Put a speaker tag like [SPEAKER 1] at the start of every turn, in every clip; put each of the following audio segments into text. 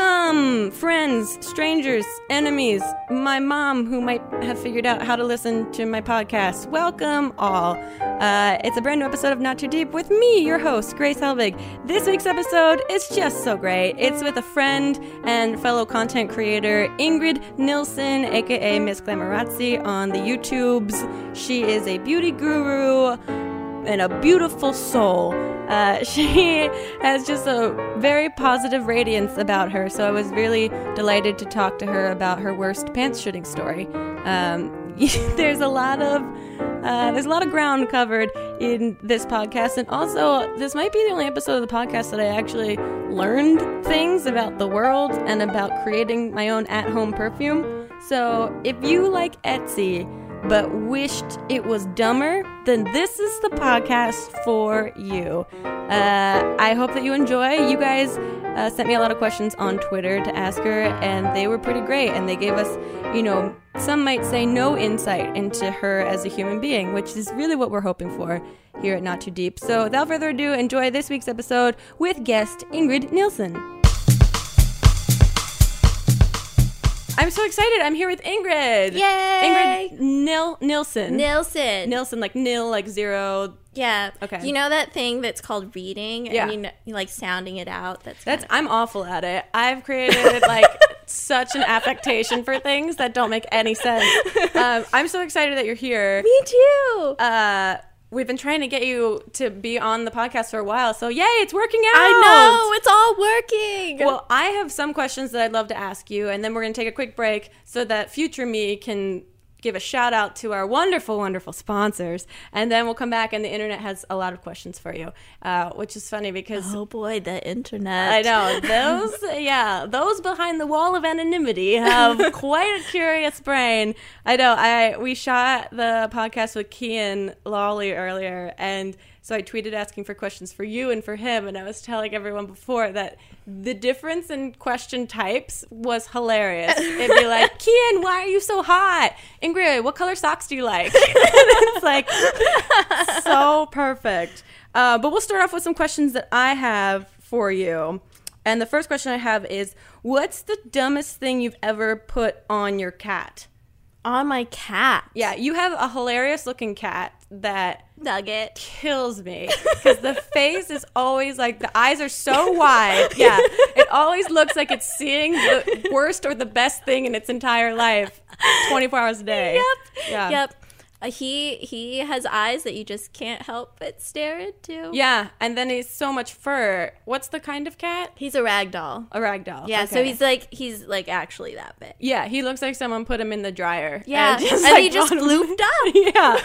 [SPEAKER 1] um, friends, strangers, enemies, my mom who might have figured out how to listen to my podcast. Welcome all. Uh, it's a brand new episode of Not Too Deep with me, your host, Grace Helbig. This week's episode is just so great. It's with a friend and fellow content creator, Ingrid Nilsson, aka Miss Glamorazzi, on the YouTubes. She is a beauty guru and a beautiful soul. Uh, she has just a very positive radiance about her, so I was really delighted to talk to her about her worst pants shitting story. Um, there's a lot of uh, there's a lot of ground covered in this podcast, and also this might be the only episode of the podcast that I actually learned things about the world and about creating my own at-home perfume. So if you like Etsy but wished it was dumber, then this is the podcast for you. Uh, I hope that you enjoy. You guys uh, sent me a lot of questions on Twitter to ask her, and they were pretty great. And they gave us, you know, some might say no insight into her as a human being, which is really what we're hoping for here at Not Too Deep. So without further ado, enjoy this week's episode with guest Ingrid Nielsen. I'm so excited. I'm here with Ingrid.
[SPEAKER 2] Yay!
[SPEAKER 1] Ingrid Nil- Nilsson.
[SPEAKER 2] Nilsson.
[SPEAKER 1] Nilsson, like nil, like zero.
[SPEAKER 2] yeah.
[SPEAKER 1] Okay.
[SPEAKER 2] You know that thing that's called reading?
[SPEAKER 1] Yeah.
[SPEAKER 2] And you, know, you like sounding it out. That's,
[SPEAKER 1] That's
[SPEAKER 2] kinda-
[SPEAKER 1] I'm awful at it. I've created like such an affectation for things that don't make any sense. Um, I'm so excited that you're here.
[SPEAKER 2] me too.
[SPEAKER 1] Uh, we've been trying to get you to be on the podcast for a while, so yay, it's working out.
[SPEAKER 2] I know it's all working.
[SPEAKER 1] Well, I have some questions that I'd love to ask you, and then we're going to take a quick break so that future me can give a shout out to our wonderful, wonderful sponsors. And then we'll come back, and the internet has a lot of questions for you, uh, which is funny because
[SPEAKER 2] oh boy, the internet.
[SPEAKER 1] I know those. yeah, those behind the wall of anonymity have quite a curious brain. I know. I we shot the podcast with Kian Lawley earlier, and so I tweeted asking for questions for you and for him, and I was telling everyone before that the difference in question types was hilarious. It'd be like, Kian, why are you so hot? Ingrid, what color socks do you like? And it's like so perfect. Uh, but we'll start off with some questions that I have for you. And the first question I have is What's the dumbest thing you've ever put on your cat?
[SPEAKER 2] On my cat.
[SPEAKER 1] Yeah, you have a hilarious looking cat that
[SPEAKER 2] Nugget.
[SPEAKER 1] kills me because the face is always like the eyes are so wide. Yeah, it always looks like it's seeing the worst or the best thing in its entire life 24 hours a day.
[SPEAKER 2] Yep.
[SPEAKER 1] Yeah.
[SPEAKER 2] Yep. Uh, he he has eyes that you just can't help but stare into.
[SPEAKER 1] Yeah, and then he's so much fur. What's the kind of cat?
[SPEAKER 2] He's a rag doll.
[SPEAKER 1] A ragdoll.
[SPEAKER 2] Yeah. So
[SPEAKER 1] Okay.
[SPEAKER 2] he's like he's like actually that big.
[SPEAKER 1] yeah, he looks like someone put him in the dryer.
[SPEAKER 2] Yeah.
[SPEAKER 1] just,
[SPEAKER 2] and
[SPEAKER 1] like,
[SPEAKER 2] he just
[SPEAKER 1] thrown him-
[SPEAKER 2] looped up.
[SPEAKER 1] yeah,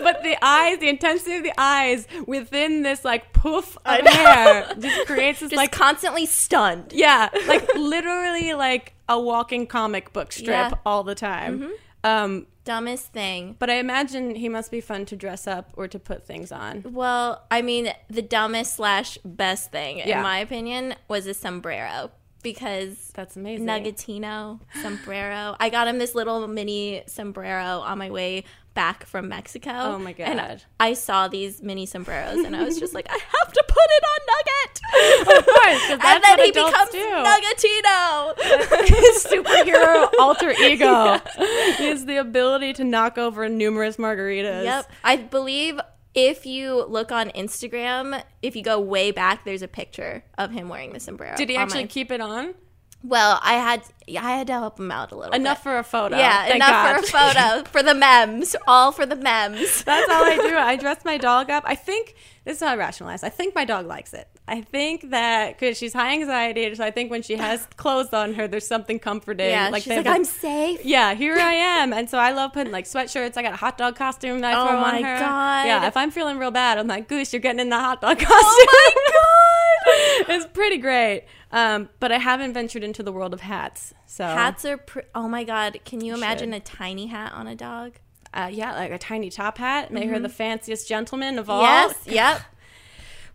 [SPEAKER 1] but the eyes, the intensity of the eyes within this like poof of
[SPEAKER 2] know.
[SPEAKER 1] hair just creates this
[SPEAKER 2] Just
[SPEAKER 1] like
[SPEAKER 2] constantly stunned.
[SPEAKER 1] yeah, like literally like a walking comic book strip
[SPEAKER 2] Yeah. Mm-hmm.
[SPEAKER 1] all the time. Um,
[SPEAKER 2] Dumbest thing.
[SPEAKER 1] but I imagine he must be fun to dress up or to put things on.
[SPEAKER 2] Well, I mean, the dumbest slash best thing,
[SPEAKER 1] Yeah.
[SPEAKER 2] in my opinion, was a sombrero because
[SPEAKER 1] That's amazing.
[SPEAKER 2] Nuggetino sombrero. I got him this little mini sombrero on my way back from Mexico.
[SPEAKER 1] Oh my God.
[SPEAKER 2] And I saw these mini sombreros and I was just like, I have to put it on Nugget.
[SPEAKER 1] Of course, 'cause that's
[SPEAKER 2] and then
[SPEAKER 1] what
[SPEAKER 2] he
[SPEAKER 1] adults
[SPEAKER 2] becomes
[SPEAKER 1] do.
[SPEAKER 2] Nuggetino.
[SPEAKER 1] his superhero alter ego is the ability to knock over numerous margaritas.
[SPEAKER 2] Yep. I believe if you look on Instagram, if you go way back, there's a picture of him wearing the sombrero.
[SPEAKER 1] Did he
[SPEAKER 2] on
[SPEAKER 1] actually
[SPEAKER 2] my-
[SPEAKER 1] keep it on?
[SPEAKER 2] Well, I had I had to help him out a little.
[SPEAKER 1] Enough
[SPEAKER 2] bit.
[SPEAKER 1] for a photo.
[SPEAKER 2] yeah,
[SPEAKER 1] Thank
[SPEAKER 2] enough
[SPEAKER 1] God.
[SPEAKER 2] for a photo for the memes. All for the memes.
[SPEAKER 1] That's all I do. I dress my dog up. I think this is how I rationalize. I think my dog likes it. I think that because she's high anxiety, so I think when she has clothes on her, there's something comforting.
[SPEAKER 2] yeah, she's
[SPEAKER 1] they
[SPEAKER 2] like,
[SPEAKER 1] have a-
[SPEAKER 2] I'm safe.
[SPEAKER 1] yeah, here I am, and so I love putting like sweatshirts. I got a hot dog costume that I
[SPEAKER 2] Oh
[SPEAKER 1] throw on
[SPEAKER 2] my
[SPEAKER 1] her.
[SPEAKER 2] God.
[SPEAKER 1] Yeah, if I'm feeling real bad, I'm like, Goose, you're getting in the hot dog costume. Oh my god, it's pretty great. Um, but I haven't ventured into the world of hats. So
[SPEAKER 2] Hats are. Pr- oh my god, can you imagine
[SPEAKER 1] should.
[SPEAKER 2] a tiny hat on a dog? Mm-hmm.
[SPEAKER 1] Oh. uh, yeah, like a tiny top hat, make her the fanciest gentleman of all.
[SPEAKER 2] Yes. Yep.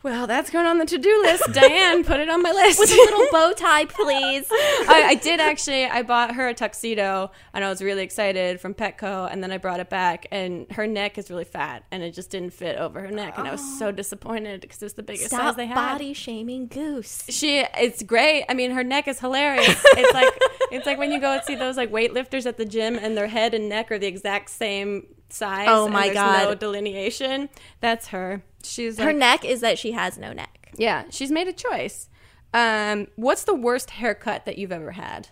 [SPEAKER 1] Well, that's going on the to-do list. Diane, put it on my list.
[SPEAKER 2] With a little Oh, bow tie, please.
[SPEAKER 1] I, I did actually. I bought her a tuxedo, and I was really excited from Petco, and then I brought it back, and her neck is really fat, and it just didn't fit over her neck, and I was so disappointed because it was the biggest size
[SPEAKER 2] Oh. Stop
[SPEAKER 1] they had.
[SPEAKER 2] body shaming Goose.
[SPEAKER 1] She, it's great. I mean, her neck is hilarious. It's like it's like when you go and see those like weightlifters at the gym, and their head and neck are the exact same size.
[SPEAKER 2] Oh,
[SPEAKER 1] and
[SPEAKER 2] my
[SPEAKER 1] there's No
[SPEAKER 2] God.
[SPEAKER 1] delineation. That's her. She's
[SPEAKER 2] Her
[SPEAKER 1] like,
[SPEAKER 2] neck is that she has no neck.
[SPEAKER 1] yeah, she's made a choice. Um, what's the worst haircut that you've ever had?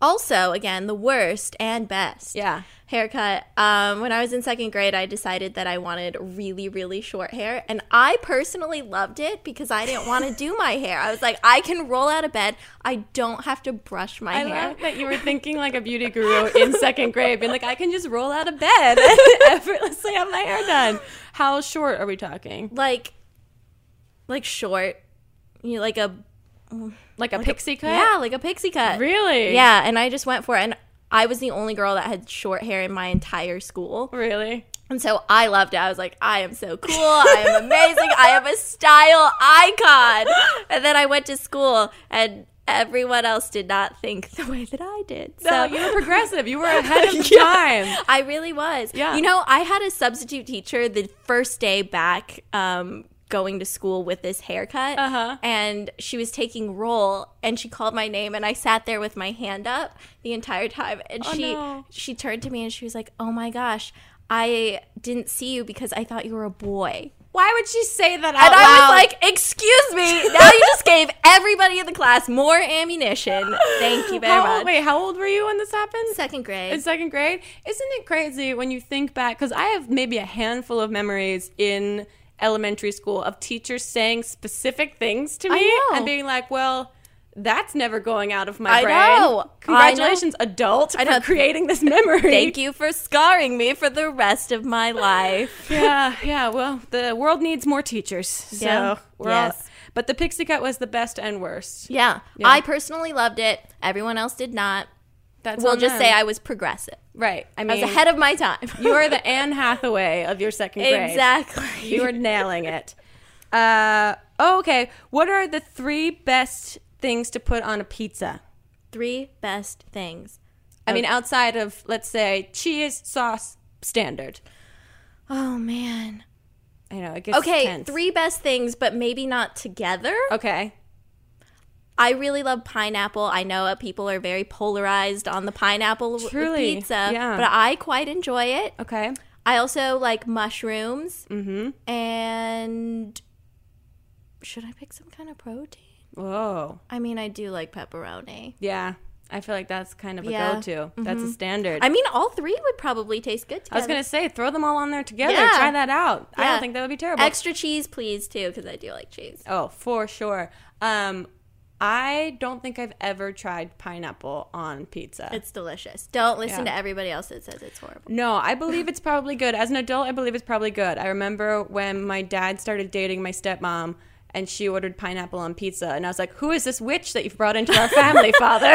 [SPEAKER 2] Also, again, the worst and best.
[SPEAKER 1] Yeah.
[SPEAKER 2] Haircut. Um, when I was in second grade, I decided that I wanted really, really short hair. And I personally loved it because I didn't want to do my hair. I was like, I can roll out of bed. I don't have to brush my
[SPEAKER 1] I
[SPEAKER 2] hair.
[SPEAKER 1] love that you were thinking like a beauty guru in second grade, being like, I can just roll out of bed and effortlessly have my hair done. How short are we talking?
[SPEAKER 2] like, like short. You know, like a
[SPEAKER 1] Like a pixie cut?
[SPEAKER 2] yeah, like a pixie cut.
[SPEAKER 1] Really?
[SPEAKER 2] Yeah, and I just went for it. And I was the only girl that had short hair in my entire school.
[SPEAKER 1] Really?
[SPEAKER 2] And so I loved it. I was like, I am so cool. I am amazing. I am a style icon. And then I went to school and everyone else did not think the way that I did. So
[SPEAKER 1] So you were progressive. You were ahead of
[SPEAKER 2] Yeah.
[SPEAKER 1] time.
[SPEAKER 2] I really was.
[SPEAKER 1] Yeah.
[SPEAKER 2] You know, I had a substitute teacher the first day back um, going to school with this haircut.
[SPEAKER 1] Uh-huh.
[SPEAKER 2] And she was taking roll and she called my name and I sat there with my hand up the entire time. And
[SPEAKER 1] Oh,
[SPEAKER 2] she
[SPEAKER 1] no.
[SPEAKER 2] she turned to me and she was like, Oh my gosh, I didn't see you because I thought you were a boy.
[SPEAKER 1] Why would she say that out
[SPEAKER 2] And I was like, excuse me, now you just gave everybody in the class more ammunition. Thank you very
[SPEAKER 1] how
[SPEAKER 2] much.
[SPEAKER 1] old, wait, how old were you when this happened?
[SPEAKER 2] Second grade.
[SPEAKER 1] in second grade. Isn't it crazy when you think back? Because I have maybe a handful of memories in elementary school of teachers saying specific things to me
[SPEAKER 2] know.
[SPEAKER 1] and being like, well, that's never going out of my
[SPEAKER 2] I
[SPEAKER 1] brain.
[SPEAKER 2] know. I know.
[SPEAKER 1] Congratulations, adult,
[SPEAKER 2] know.
[SPEAKER 1] for creating this memory.
[SPEAKER 2] Thank you for scarring me for the rest of my life.
[SPEAKER 1] yeah, yeah. Well, the world needs more teachers. So
[SPEAKER 2] Yeah.
[SPEAKER 1] we're all.
[SPEAKER 2] Yes.
[SPEAKER 1] But the pixie cut was the best and worst.
[SPEAKER 2] Yeah. I personally loved it. Everyone else did not.
[SPEAKER 1] That's
[SPEAKER 2] We'll
[SPEAKER 1] on
[SPEAKER 2] just
[SPEAKER 1] them.
[SPEAKER 2] say I was progressive.
[SPEAKER 1] right. I
[SPEAKER 2] I
[SPEAKER 1] mean,
[SPEAKER 2] was ahead of my time.
[SPEAKER 1] you are the Anne Hathaway of your second grade.
[SPEAKER 2] exactly.
[SPEAKER 1] You are nailing it. Uh, oh, okay. What are the three best things to put on a pizza?
[SPEAKER 2] three best things.
[SPEAKER 1] I
[SPEAKER 2] Oh.
[SPEAKER 1] mean, outside of, let's say, cheese, sauce, standard.
[SPEAKER 2] Oh man.
[SPEAKER 1] I know, it gets
[SPEAKER 2] okay,
[SPEAKER 1] tense.
[SPEAKER 2] three best things, but maybe not together.
[SPEAKER 1] Okay.
[SPEAKER 2] I really love pineapple. I know uh, people are very polarized on the pineapple w- with
[SPEAKER 1] Truly,
[SPEAKER 2] pizza,
[SPEAKER 1] yeah.
[SPEAKER 2] but I quite enjoy it.
[SPEAKER 1] Okay.
[SPEAKER 2] I also like mushrooms. Mm-hmm. And should I pick some kind of protein?
[SPEAKER 1] Whoa.
[SPEAKER 2] I mean, I do like pepperoni.
[SPEAKER 1] Yeah. I feel like that's kind of a
[SPEAKER 2] Yeah. Mm-hmm.
[SPEAKER 1] go-to. That's a standard.
[SPEAKER 2] I mean, all three would probably taste good
[SPEAKER 1] I was
[SPEAKER 2] together.
[SPEAKER 1] gonna say, throw them all on there together.
[SPEAKER 2] Yeah.
[SPEAKER 1] Try that out. I don't
[SPEAKER 2] Yeah.
[SPEAKER 1] think that would be terrible.
[SPEAKER 2] extra cheese, please, too, because I do like cheese.
[SPEAKER 1] Oh, for sure. Um, I don't think I've ever tried pineapple on pizza.
[SPEAKER 2] It's delicious. Don't listen
[SPEAKER 1] Yeah.
[SPEAKER 2] to everybody else that says it's horrible.
[SPEAKER 1] No, I believe it's probably good. As an adult, I believe it's probably good. I remember when my dad started dating my stepmom and she ordered pineapple on pizza. And I was like, who is this witch that you've brought into our family, father?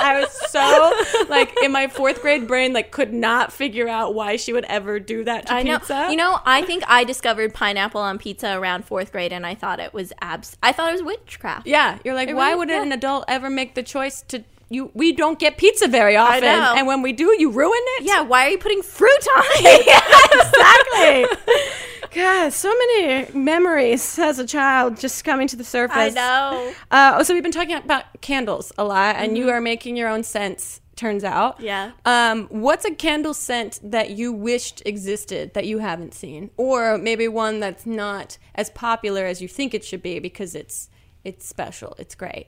[SPEAKER 1] I was so, like, in my fourth grade brain, like, could not figure out why she would ever do that to
[SPEAKER 2] I know.
[SPEAKER 1] pizza.
[SPEAKER 2] You know, I think I discovered pineapple on pizza around fourth grade, and I thought it was abs. I thought it was witchcraft.
[SPEAKER 1] Yeah, you're like, why
[SPEAKER 2] really-
[SPEAKER 1] would
[SPEAKER 2] yeah.
[SPEAKER 1] an adult ever make the choice to you? We don't get pizza very often,
[SPEAKER 2] know.
[SPEAKER 1] and when we do, you ruin it.
[SPEAKER 2] Yeah, why are you putting fruit on it?
[SPEAKER 1] exactly. God, so many memories as a child just coming to the surface.
[SPEAKER 2] I know.
[SPEAKER 1] Uh, oh, so we've been talking about candles a lot, and you are making your own scents. Turns out,
[SPEAKER 2] Mm-hmm. Yeah.
[SPEAKER 1] Um, what's a candle scent that you wished existed that you haven't seen, or maybe one that's not as popular as you think it should be because it's it's special, it's great.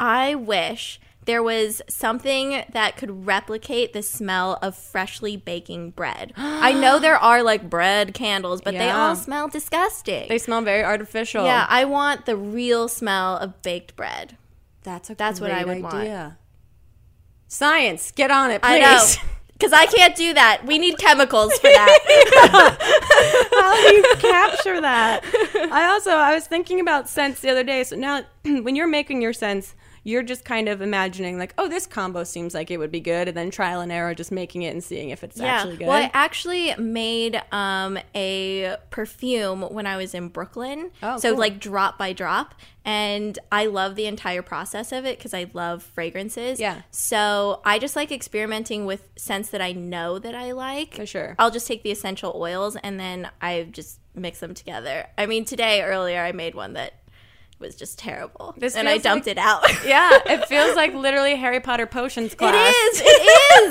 [SPEAKER 2] I wish there was something that could replicate the smell of freshly baking bread. I know there are like bread candles, but they
[SPEAKER 1] Yeah.
[SPEAKER 2] all smell disgusting.
[SPEAKER 1] They smell very artificial.
[SPEAKER 2] yeah, I want the real smell of baked bread.
[SPEAKER 1] that's a
[SPEAKER 2] That's what I
[SPEAKER 1] great
[SPEAKER 2] would want.
[SPEAKER 1] idea. Science, get on it, please.
[SPEAKER 2] I know. Because I can't do that. We need chemicals for that.
[SPEAKER 1] how do you capture that? I also I was thinking about scents the other day. So now when you're making your scents, you're just kind of imagining like, oh, this combo seems like it would be good, and then trial and error, just making it and seeing if it's actually good.
[SPEAKER 2] Well, I actually made um, a perfume when I was in Brooklyn.
[SPEAKER 1] Oh,
[SPEAKER 2] so
[SPEAKER 1] cool.
[SPEAKER 2] like drop by drop. And I love the entire process of it because I love fragrances.
[SPEAKER 1] Yeah.
[SPEAKER 2] So I just like experimenting with scents that I know that I like.
[SPEAKER 1] For sure.
[SPEAKER 2] I'll just take the essential oils and then I just mix them together. I mean, today earlier I made one that was just terrible.
[SPEAKER 1] This
[SPEAKER 2] and I
[SPEAKER 1] feels
[SPEAKER 2] dumped it out.
[SPEAKER 1] yeah, it feels like literally Harry Potter potions class.
[SPEAKER 2] It is. It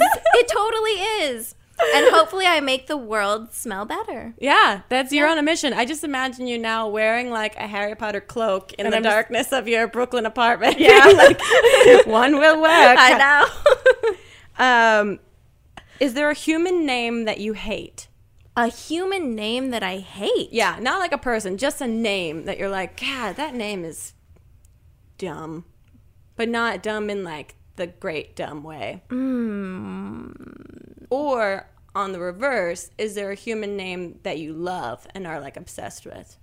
[SPEAKER 2] is. it totally is. And hopefully, I make the world smell better.
[SPEAKER 1] Yeah, that's you're on a mission. I just imagine you now wearing like a Harry Potter cloak in the
[SPEAKER 2] I'm just-
[SPEAKER 1] darkness of your Brooklyn apartment. Yeah, like one will work.
[SPEAKER 2] I know.
[SPEAKER 1] Um, is there a human name that you hate?
[SPEAKER 2] a human name that I hate.
[SPEAKER 1] Yeah, not like a person, just a name that you're like, God, that name is dumb, but not dumb in like the great dumb way.
[SPEAKER 2] Mm.
[SPEAKER 1] Or on the reverse, is there a human name that you love and are like obsessed with?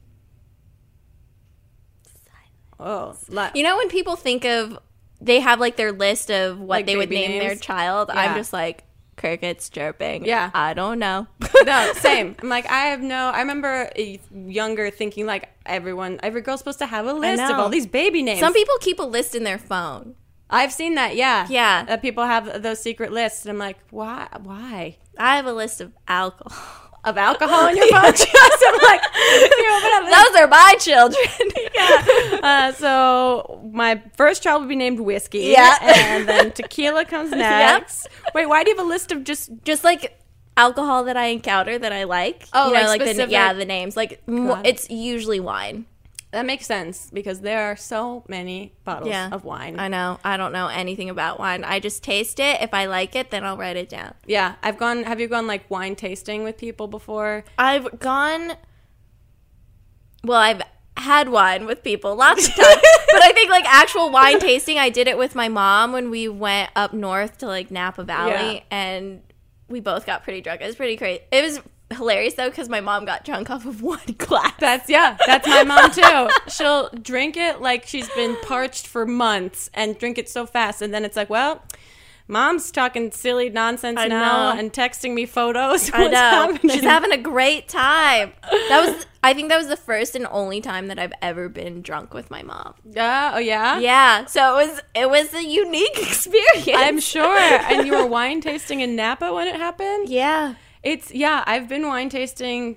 [SPEAKER 1] Oh, li-
[SPEAKER 2] You know, when people think of, they have like their list of what
[SPEAKER 1] Like
[SPEAKER 2] they would
[SPEAKER 1] baby
[SPEAKER 2] name their
[SPEAKER 1] names?
[SPEAKER 2] child.
[SPEAKER 1] Yeah.
[SPEAKER 2] I'm just like, crickets chirping.
[SPEAKER 1] Yeah.
[SPEAKER 2] I don't know.
[SPEAKER 1] no, same. I'm like, I have no. I remember uh, younger thinking like everyone, every girl's supposed to have a list of
[SPEAKER 2] know.
[SPEAKER 1] all these baby names.
[SPEAKER 2] Some people keep a list in their phone.
[SPEAKER 1] I've seen that, yeah,
[SPEAKER 2] Yeah.
[SPEAKER 1] That people have those secret lists, and I'm like, why? Why?
[SPEAKER 2] I have a list of alcohol.
[SPEAKER 1] Of alcohol in your phone? Just I'm like, you open up-
[SPEAKER 2] Those are my children.
[SPEAKER 1] Uh, so my first child would be named whiskey.
[SPEAKER 2] Yeah.
[SPEAKER 1] and then tequila comes next. Wait, why do you have a list of just?
[SPEAKER 2] just like alcohol that I encounter that I like.
[SPEAKER 1] Oh, like
[SPEAKER 2] the,
[SPEAKER 1] specific-
[SPEAKER 2] yeah, the names. Like mo-
[SPEAKER 1] Got it.
[SPEAKER 2] it's usually wine.
[SPEAKER 1] That makes sense because there are so many bottles
[SPEAKER 2] Yeah,
[SPEAKER 1] of wine.
[SPEAKER 2] I know. I don't know anything about wine. I just taste it. If I like it, then I'll write it down.
[SPEAKER 1] yeah, I've gone. Have you gone like wine tasting with people before?
[SPEAKER 2] I've gone. Well, I've had wine with people lots of times, but I think like actual wine tasting, I did it with my mom when we went up north to like Napa Valley,
[SPEAKER 1] Yeah.
[SPEAKER 2] and we both got pretty drunk. It was pretty crazy. It was hilarious though because my mom got drunk off of one glass.
[SPEAKER 1] That's yeah, that's my mom too. She'll drink it like she's been parched for months and drink it so fast and then it's like, well, mom's talking silly nonsense
[SPEAKER 2] I
[SPEAKER 1] now
[SPEAKER 2] know.
[SPEAKER 1] and texting me photos.
[SPEAKER 2] I
[SPEAKER 1] What's
[SPEAKER 2] know.
[SPEAKER 1] happening?
[SPEAKER 2] She's having a great time. That was I think that was the first and only time that I've ever been drunk with my mom.
[SPEAKER 1] Yeah, oh yeah.
[SPEAKER 2] Yeah. So it was it was a unique experience.
[SPEAKER 1] I'm sure. And you were wine tasting in Napa when it happened?
[SPEAKER 2] Yeah.
[SPEAKER 1] It's yeah, I've been wine tasting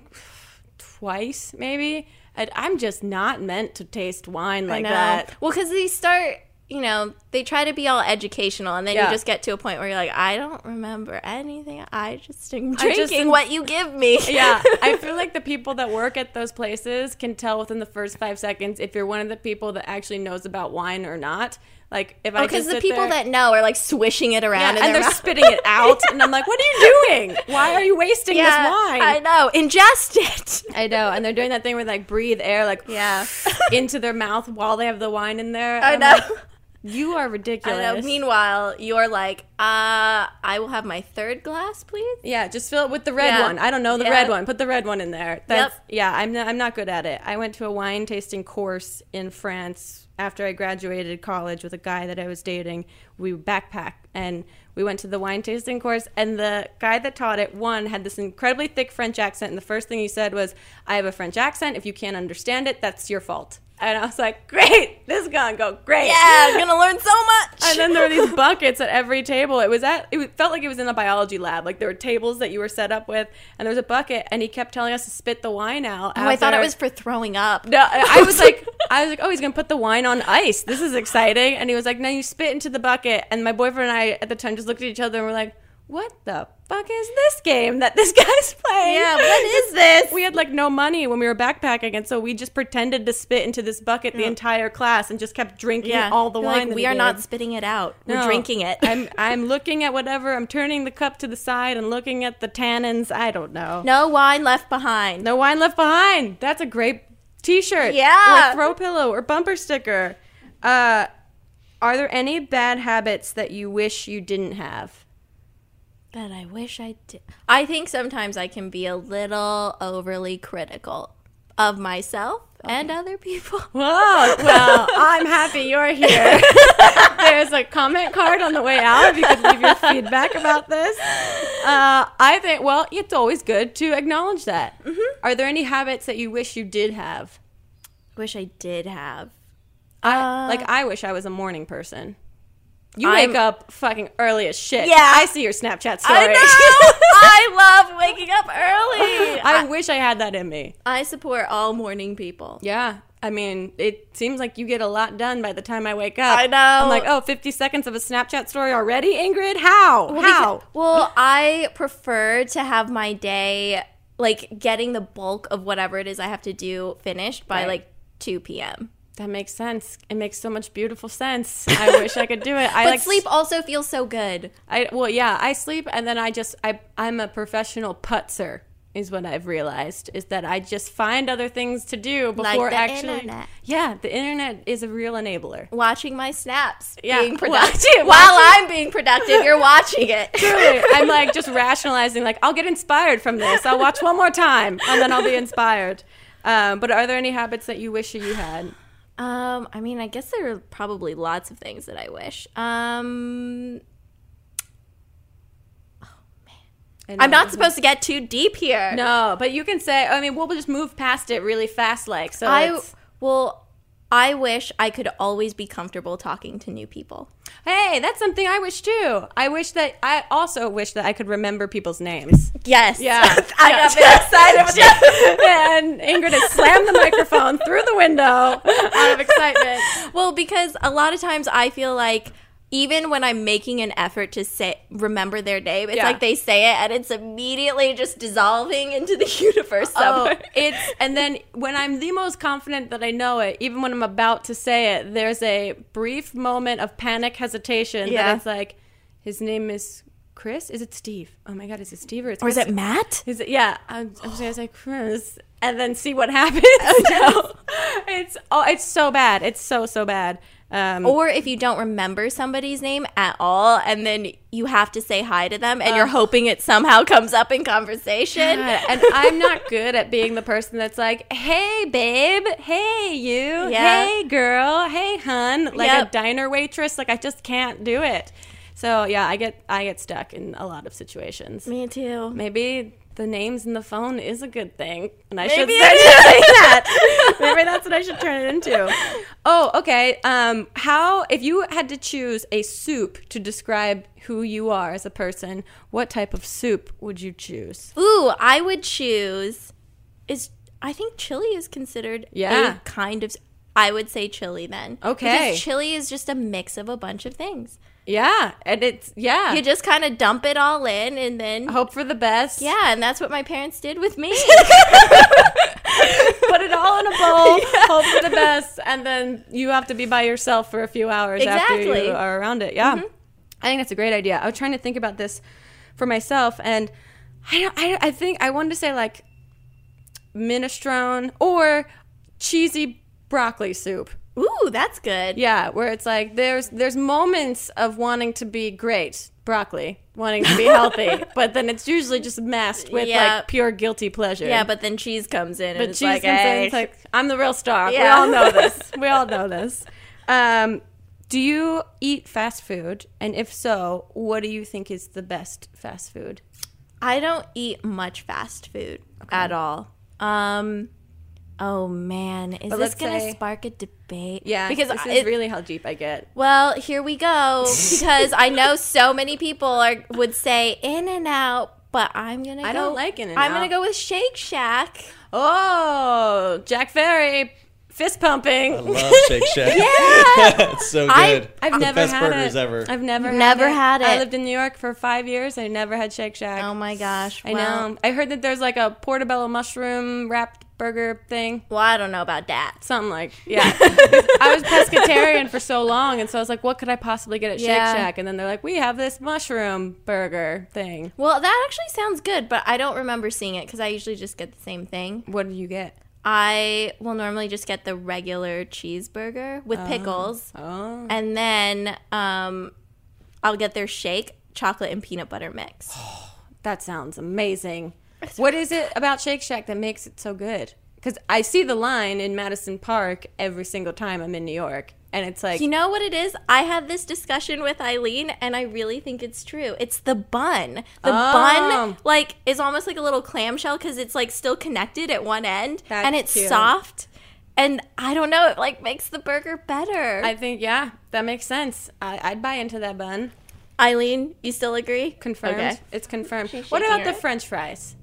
[SPEAKER 1] twice maybe. And I'm just not meant to taste wine
[SPEAKER 2] I
[SPEAKER 1] like
[SPEAKER 2] know.
[SPEAKER 1] that.
[SPEAKER 2] Well, cuz they start, you know, they try to be all educational and then
[SPEAKER 1] Yeah.
[SPEAKER 2] you just get to a point where you're like, I don't remember anything. I just am
[SPEAKER 1] I just
[SPEAKER 2] drinking
[SPEAKER 1] am-
[SPEAKER 2] what you give me.
[SPEAKER 1] Yeah, I feel like the people that work at those places can tell within the first five seconds if you're one of the people that actually knows about wine or not. Like if I
[SPEAKER 2] Because
[SPEAKER 1] just
[SPEAKER 2] Oh, the
[SPEAKER 1] sit
[SPEAKER 2] people
[SPEAKER 1] there-
[SPEAKER 2] that know are like swishing it
[SPEAKER 1] yeah,
[SPEAKER 2] around in
[SPEAKER 1] and
[SPEAKER 2] their
[SPEAKER 1] they're
[SPEAKER 2] mouth.
[SPEAKER 1] spitting it out, and I'm like, "What are you doing? Why are you wasting
[SPEAKER 2] yeah,
[SPEAKER 1] this wine?"
[SPEAKER 2] I know. Ingest it.
[SPEAKER 1] I know, and they're doing that thing where like breathe air like
[SPEAKER 2] Yeah.
[SPEAKER 1] into their mouth while they have the wine in there.
[SPEAKER 2] I
[SPEAKER 1] And I'm
[SPEAKER 2] know.
[SPEAKER 1] like, you are ridiculous.
[SPEAKER 2] I know. Meanwhile, you're like, uh, I will have my third glass, please.
[SPEAKER 1] Yeah, just fill it with the red
[SPEAKER 2] Yeah.
[SPEAKER 1] one. I don't know the
[SPEAKER 2] Yeah.
[SPEAKER 1] red one. Put the red one in there. That's yeah. I'm not, I'm not good at it. I went to a wine tasting course in France after I graduated college with a guy that I was dating. We backpacked and we went to the wine tasting course. And the guy that taught it one had this incredibly thick French accent. And the first thing he said was, "I have a French accent. If you can't understand it, that's your fault." And I was like, "Great, this is gonna go great."
[SPEAKER 2] Yeah, I'm gonna learn so much.
[SPEAKER 1] and then there were these buckets at every table. It was at it felt like it was in a biology lab. Like there were tables that you were set up with, and there was a bucket, and he kept telling us to spit the wine out.
[SPEAKER 2] oh, I thought it
[SPEAKER 1] after-
[SPEAKER 2] was for throwing up.
[SPEAKER 1] No, I I was like, I was like, oh, he's gonna put the wine on ice. This is exciting. And he was like, no, you spit into the bucket. And my boyfriend and I at the time just looked at each other and were like, what the fuck is this game that this guy's playing?
[SPEAKER 2] Yeah, what is this?
[SPEAKER 1] We had like no money when we were backpacking, and so we just pretended to spit into this bucket the entire class and just kept drinking
[SPEAKER 2] yeah,
[SPEAKER 1] all the
[SPEAKER 2] You're
[SPEAKER 1] wine.
[SPEAKER 2] Like,
[SPEAKER 1] that
[SPEAKER 2] we
[SPEAKER 1] he
[SPEAKER 2] are
[SPEAKER 1] gave.
[SPEAKER 2] not spitting it out. We're
[SPEAKER 1] No.
[SPEAKER 2] drinking it.
[SPEAKER 1] I'm I'm looking at whatever. I'm turning the cup to the side and looking at the tannins. I don't know.
[SPEAKER 2] no wine left behind.
[SPEAKER 1] No wine left behind. That's a great T-shirt.
[SPEAKER 2] Yeah.
[SPEAKER 1] Or throw pillow or bumper sticker. Uh, are there any bad habits that you wish you didn't have?
[SPEAKER 2] But I wish I did. I think sometimes I can be a little overly critical of myself. and other people.
[SPEAKER 1] Whoa. Well, I'm happy you're here. There's a comment card on the way out if you could leave your feedback about this. Uh, I think, well, it's always good to acknowledge that. Are there any habits that you wish you did have?
[SPEAKER 2] Wish I did have.
[SPEAKER 1] I, like, I wish I was a morning person. You wake
[SPEAKER 2] I'm-
[SPEAKER 1] up fucking early as shit.
[SPEAKER 2] Yeah.
[SPEAKER 1] I see your Snapchat story.
[SPEAKER 2] I know. I love waking up early.
[SPEAKER 1] I
[SPEAKER 2] I,
[SPEAKER 1] wish I had that in me.
[SPEAKER 2] I support all morning people.
[SPEAKER 1] Yeah. I mean, it seems like you get a lot done by the time I wake up.
[SPEAKER 2] I know.
[SPEAKER 1] I'm like, oh, 50 seconds of a Snapchat story already, Ingrid? How? How?
[SPEAKER 2] Well, I prefer to have my day like getting the bulk of whatever it is I have to do finished by
[SPEAKER 1] Right.
[SPEAKER 2] like 2 p.m.
[SPEAKER 1] That makes sense. It makes so much beautiful sense. I wish I could do it. I
[SPEAKER 2] But
[SPEAKER 1] like
[SPEAKER 2] sleep also feels so good.
[SPEAKER 1] I well, yeah, I sleep and then I just I I'm a professional putzer is what I've realized is that I just find other things to do
[SPEAKER 2] Like
[SPEAKER 1] before
[SPEAKER 2] the
[SPEAKER 1] actually.
[SPEAKER 2] internet.
[SPEAKER 1] Yeah, the internet is a real enabler.
[SPEAKER 2] Watching my snaps,
[SPEAKER 1] Yeah,
[SPEAKER 2] being
[SPEAKER 1] watch
[SPEAKER 2] productive.
[SPEAKER 1] it, watch
[SPEAKER 2] While I'm being productive, you're watching it.
[SPEAKER 1] Truly, I'm like just rationalizing, like I'll get inspired from this. I'll watch one more time and then I'll be inspired. Um, but are there any habits that you wish you had?
[SPEAKER 2] Um, I mean, I guess there are probably lots of things that I wish. Um,
[SPEAKER 1] And- um,
[SPEAKER 2] I'm not supposed to get too deep here.
[SPEAKER 1] Mm. No, but you can say. I mean, we'll just move past it really fast, like so.
[SPEAKER 2] I
[SPEAKER 1] it's-
[SPEAKER 2] well, I wish I could always be comfortable talking to new people.
[SPEAKER 1] Hey, that's something I wish too. I wish that I also wish that I could remember people's names.
[SPEAKER 2] Yes.
[SPEAKER 1] Yeah.
[SPEAKER 2] I
[SPEAKER 1] Yeah.
[SPEAKER 2] got very excited with that.
[SPEAKER 1] and Ingrid has slammed the microphone through the window out of excitement.
[SPEAKER 2] Well, because a lot of times I feel like even when I'm making an effort to say remember their name, it's
[SPEAKER 1] Yeah.
[SPEAKER 2] like they say it and it's immediately just dissolving into the universe somewhere.
[SPEAKER 1] Oh, it's and then when I'm the most confident that I know it, even when I'm about to say it, there's a brief moment of panic hesitation
[SPEAKER 2] Yeah.
[SPEAKER 1] that it's like, his name is Chris. Is it Steve? Oh my god, is it Steve or, it's
[SPEAKER 2] or is it Matt?
[SPEAKER 1] Is it, yeah, I'm, I'm just gonna say Chris, and then see what happens. it's oh, it's so bad. It's so so bad. Um,
[SPEAKER 2] Or if you don't remember somebody's name at all, and then you have to say hi to them, and you're hoping it somehow comes up in conversation.
[SPEAKER 1] God, and I'm not good at being the person that's like, "Hey, babe. Hey, you.
[SPEAKER 2] Yeah.
[SPEAKER 1] Hey, girl. Hey, hun." Like a
[SPEAKER 2] Yep.
[SPEAKER 1] diner waitress. Like I just can't do it. So yeah, I get I get stuck in a lot of situations.
[SPEAKER 2] Me too.
[SPEAKER 1] Maybe the names in the phone is a good thing, and I should
[SPEAKER 2] Maybe
[SPEAKER 1] start
[SPEAKER 2] it is.
[SPEAKER 1] doing that. Maybe that's what I should turn it into. Oh, okay. Um, how if you had to choose a soup to describe who you are as a person, what type of soup would you choose?
[SPEAKER 2] Ooh, I would choose. Is I think chili is considered
[SPEAKER 1] Yeah.
[SPEAKER 2] a kind of. I would say chili then.
[SPEAKER 1] Okay.
[SPEAKER 2] Because chili is just a mix of a bunch of things.
[SPEAKER 1] Yeah, and it's yeah.
[SPEAKER 2] You just kind of dump it all in, and then
[SPEAKER 1] hope for the best.
[SPEAKER 2] yeah, and that's what my parents did with me.
[SPEAKER 1] Put it all in a bowl. Hope for the best, and then you have to be by yourself for a few hours after
[SPEAKER 2] Exactly. Mm-hmm.
[SPEAKER 1] you are around it. Yeah, I think that's a great idea. I was trying to think about this for myself, and I don't, I, I think I wanted to say like minestrone or cheesy broccoli soup.
[SPEAKER 2] Ooh, that's good.
[SPEAKER 1] Yeah, where it's like there's there's moments of wanting to be great broccoli, wanting to be healthy, but then it's usually just masked with
[SPEAKER 2] Yeah.
[SPEAKER 1] like pure guilty pleasure.
[SPEAKER 2] Yeah, but then cheese comes in, and
[SPEAKER 1] But
[SPEAKER 2] it's
[SPEAKER 1] she's
[SPEAKER 2] like,
[SPEAKER 1] gonna say,
[SPEAKER 2] "Hey,
[SPEAKER 1] it's like, I'm the real star. We
[SPEAKER 2] Yeah.
[SPEAKER 1] all know this. We all know this. Um, do you eat fast food? And if so, what do you think is the best fast food?
[SPEAKER 2] I don't eat much fast food at all. Um, oh man, is this
[SPEAKER 1] let's
[SPEAKER 2] gonna
[SPEAKER 1] say-
[SPEAKER 2] spark a debate?
[SPEAKER 1] because
[SPEAKER 2] because
[SPEAKER 1] this
[SPEAKER 2] I-
[SPEAKER 1] is
[SPEAKER 2] it-
[SPEAKER 1] really how deep I get.
[SPEAKER 2] well, here we go. Because I know so many people are would say In and Out, but I'm gonna.
[SPEAKER 1] I
[SPEAKER 2] go,
[SPEAKER 1] don't like In-N-Out.
[SPEAKER 2] I'm gonna go with Shake Shack.
[SPEAKER 1] Oh, Jack Ferry, fist pumping.
[SPEAKER 3] I love Shake Shack. yeah, it's so good.
[SPEAKER 2] I-
[SPEAKER 1] I've
[SPEAKER 3] the
[SPEAKER 1] never
[SPEAKER 3] best
[SPEAKER 1] had
[SPEAKER 3] burgers
[SPEAKER 1] it.
[SPEAKER 3] ever.
[SPEAKER 1] I've never
[SPEAKER 2] Never had
[SPEAKER 1] had, it. I
[SPEAKER 2] it.
[SPEAKER 1] lived in New York for five years. I never had Shake Shack.
[SPEAKER 2] Oh my gosh!
[SPEAKER 1] I
[SPEAKER 2] well-
[SPEAKER 1] know. I heard that there's like a portobello mushroom wrapped burger thing.
[SPEAKER 2] Well, I don't know about that.
[SPEAKER 1] Something like yeah. I was pescatarian for so long, and so I was like, what could I possibly get at
[SPEAKER 2] Yeah.
[SPEAKER 1] Shake Shack? And then they're like, we have this mushroom burger thing.
[SPEAKER 2] Well, that actually sounds good, but I don't remember seeing it because I usually just get the same thing.
[SPEAKER 1] What do you get?
[SPEAKER 2] I will normally just get the regular cheeseburger with pickles.
[SPEAKER 1] Oh,
[SPEAKER 2] and then um, I'll get their shake, chocolate and peanut butter mix.
[SPEAKER 1] that sounds amazing. What is it about Shake Shack that makes it so good? because I see the line in Madison Park every single time I'm in New York, and it's like
[SPEAKER 2] You know what it is? I had this discussion with Eileen, and I really think it's true. It's the bun. The
[SPEAKER 1] Oh.
[SPEAKER 2] bun, like, is almost like a little clamshell because it's like still connected at one end,
[SPEAKER 1] That's
[SPEAKER 2] and it's
[SPEAKER 1] cute.
[SPEAKER 2] soft. And I don't know, it like makes the burger better.
[SPEAKER 1] I think yeah, that makes sense. I, I'd buy into that bun.
[SPEAKER 2] Eileen, you still agree?
[SPEAKER 1] Confirmed.
[SPEAKER 2] Okay.
[SPEAKER 1] It's confirmed.
[SPEAKER 2] She's
[SPEAKER 1] What about
[SPEAKER 2] shaking
[SPEAKER 1] the
[SPEAKER 2] her head.
[SPEAKER 1] French fries?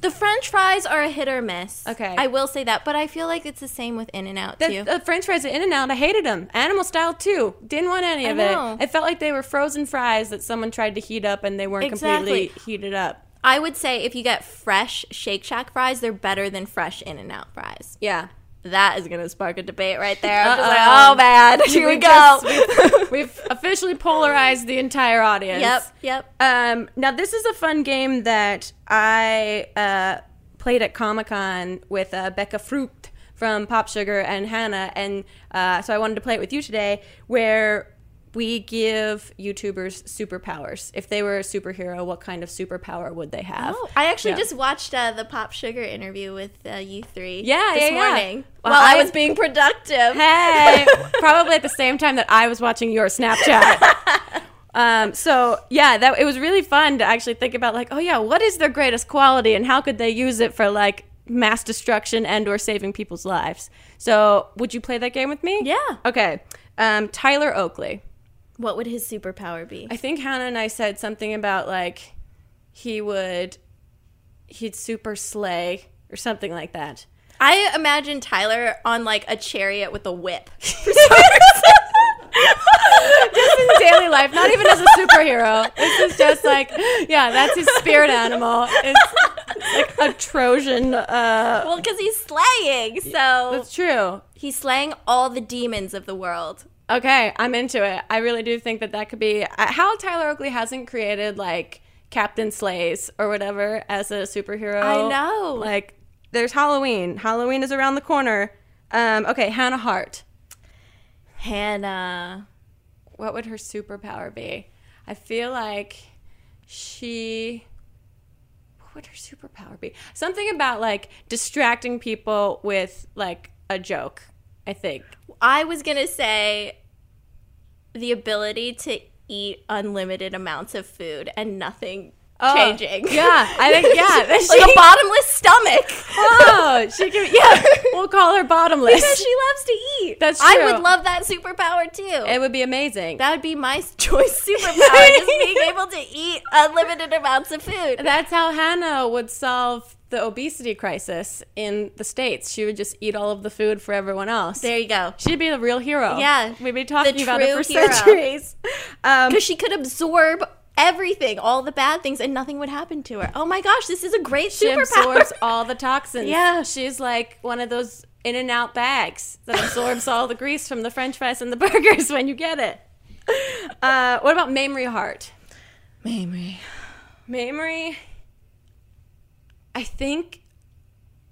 [SPEAKER 2] The French fries are a hit or miss.
[SPEAKER 1] Okay.
[SPEAKER 2] I will say that, but I feel like it's the same with In and Out
[SPEAKER 1] The,
[SPEAKER 2] too.
[SPEAKER 1] the French fries at In and Out, I hated them. Animal style too. Didn't want any
[SPEAKER 2] I
[SPEAKER 1] of
[SPEAKER 2] know.
[SPEAKER 1] it. It felt like they were frozen fries that someone tried to heat up and they weren't completely heated up.
[SPEAKER 2] I would say if you get fresh Shake Shack fries, they're better than fresh In and Out fries.
[SPEAKER 1] Yeah.
[SPEAKER 2] That is gonna spark a debate right there. I'm just like,
[SPEAKER 1] Uh-oh.
[SPEAKER 2] oh man, here we,
[SPEAKER 1] We
[SPEAKER 2] go.
[SPEAKER 1] just- We've officially polarized the entire audience.
[SPEAKER 2] yep, yep.
[SPEAKER 1] Um, now this is a fun game that I uh, played at Comic Con with uh, Becca Frucht from Pop Sugar and Hannah, and uh, so I wanted to play it with you today, where we give YouTubers superpowers. If they were a superhero, what kind of superpower would they have?
[SPEAKER 2] Oh, I actually
[SPEAKER 1] Yeah.
[SPEAKER 2] just watched uh, the Pop Sugar interview with uh, you three.
[SPEAKER 1] Yeah,
[SPEAKER 2] this
[SPEAKER 1] yeah, yeah.
[SPEAKER 2] morning
[SPEAKER 1] Well,
[SPEAKER 2] while I,
[SPEAKER 1] I-
[SPEAKER 2] was being productive.
[SPEAKER 1] Hey, probably at the same time that I was watching your Snapchat. Um, so yeah, that it was really fun to actually think about like, oh yeah, what is their greatest quality and how could they use it for like mass destruction and or saving people's lives? So would you play that game with me?
[SPEAKER 2] Yeah.
[SPEAKER 1] Okay. Um, Tyler Oakley.
[SPEAKER 2] What would his superpower be?
[SPEAKER 1] I think Hannah and I said something about like he would he'd super slay or something like that.
[SPEAKER 2] I imagine Tyler on like a chariot with a whip.
[SPEAKER 1] just in daily life, not even as a superhero. This is just like, yeah, that's his spirit animal. It's like a Trojan. Uh,
[SPEAKER 2] well, because he's slaying, so
[SPEAKER 1] that's true.
[SPEAKER 2] he's slaying all the demons of the world.
[SPEAKER 1] Okay, I'm into it. I really do think that that could be uh, how Tyler Oakley hasn't created like Captain Slays or whatever as a superhero.
[SPEAKER 2] I know.
[SPEAKER 1] Like, there's Halloween. Halloween is around the corner. Um, okay, Hannah Hart.
[SPEAKER 2] Hannah.
[SPEAKER 1] what would her superpower be? I feel like she. What would her superpower be? Something about like distracting people with like a joke. I think.
[SPEAKER 2] I was gonna say the ability to eat unlimited amounts of food and nothing changing.
[SPEAKER 1] Oh, Yeah, I think yeah. that
[SPEAKER 2] like a
[SPEAKER 1] she-
[SPEAKER 2] bottomless stomach.
[SPEAKER 1] oh, she can. Yeah, we'll call her bottomless.
[SPEAKER 2] Because she loves to eat.
[SPEAKER 1] That's
[SPEAKER 2] I
[SPEAKER 1] true.
[SPEAKER 2] would love that superpower too.
[SPEAKER 1] it would be amazing.
[SPEAKER 2] that would be my s- choice superpower, just being able to eat unlimited amounts of food.
[SPEAKER 1] That's how Hannah would solve the obesity crisis in the states. She would just eat all of the food for everyone else.
[SPEAKER 2] There you go.
[SPEAKER 1] She'd be the real hero.
[SPEAKER 2] Yeah,
[SPEAKER 1] we'd be talking about it
[SPEAKER 2] true
[SPEAKER 1] for
[SPEAKER 2] hero.
[SPEAKER 1] centuries. Um,
[SPEAKER 2] Because she could absorb everything, all the bad things, and nothing would happen to her. Oh my gosh, this is a great
[SPEAKER 1] she
[SPEAKER 2] superpower.
[SPEAKER 1] absorbs all the toxins.
[SPEAKER 2] Yeah.
[SPEAKER 1] She's like one of those in and out bags that absorbs all the grease from the french fries and the burgers when you get it. Uh, what about Mamrie Hart?
[SPEAKER 2] Mamrie.
[SPEAKER 1] Mamrie, I think,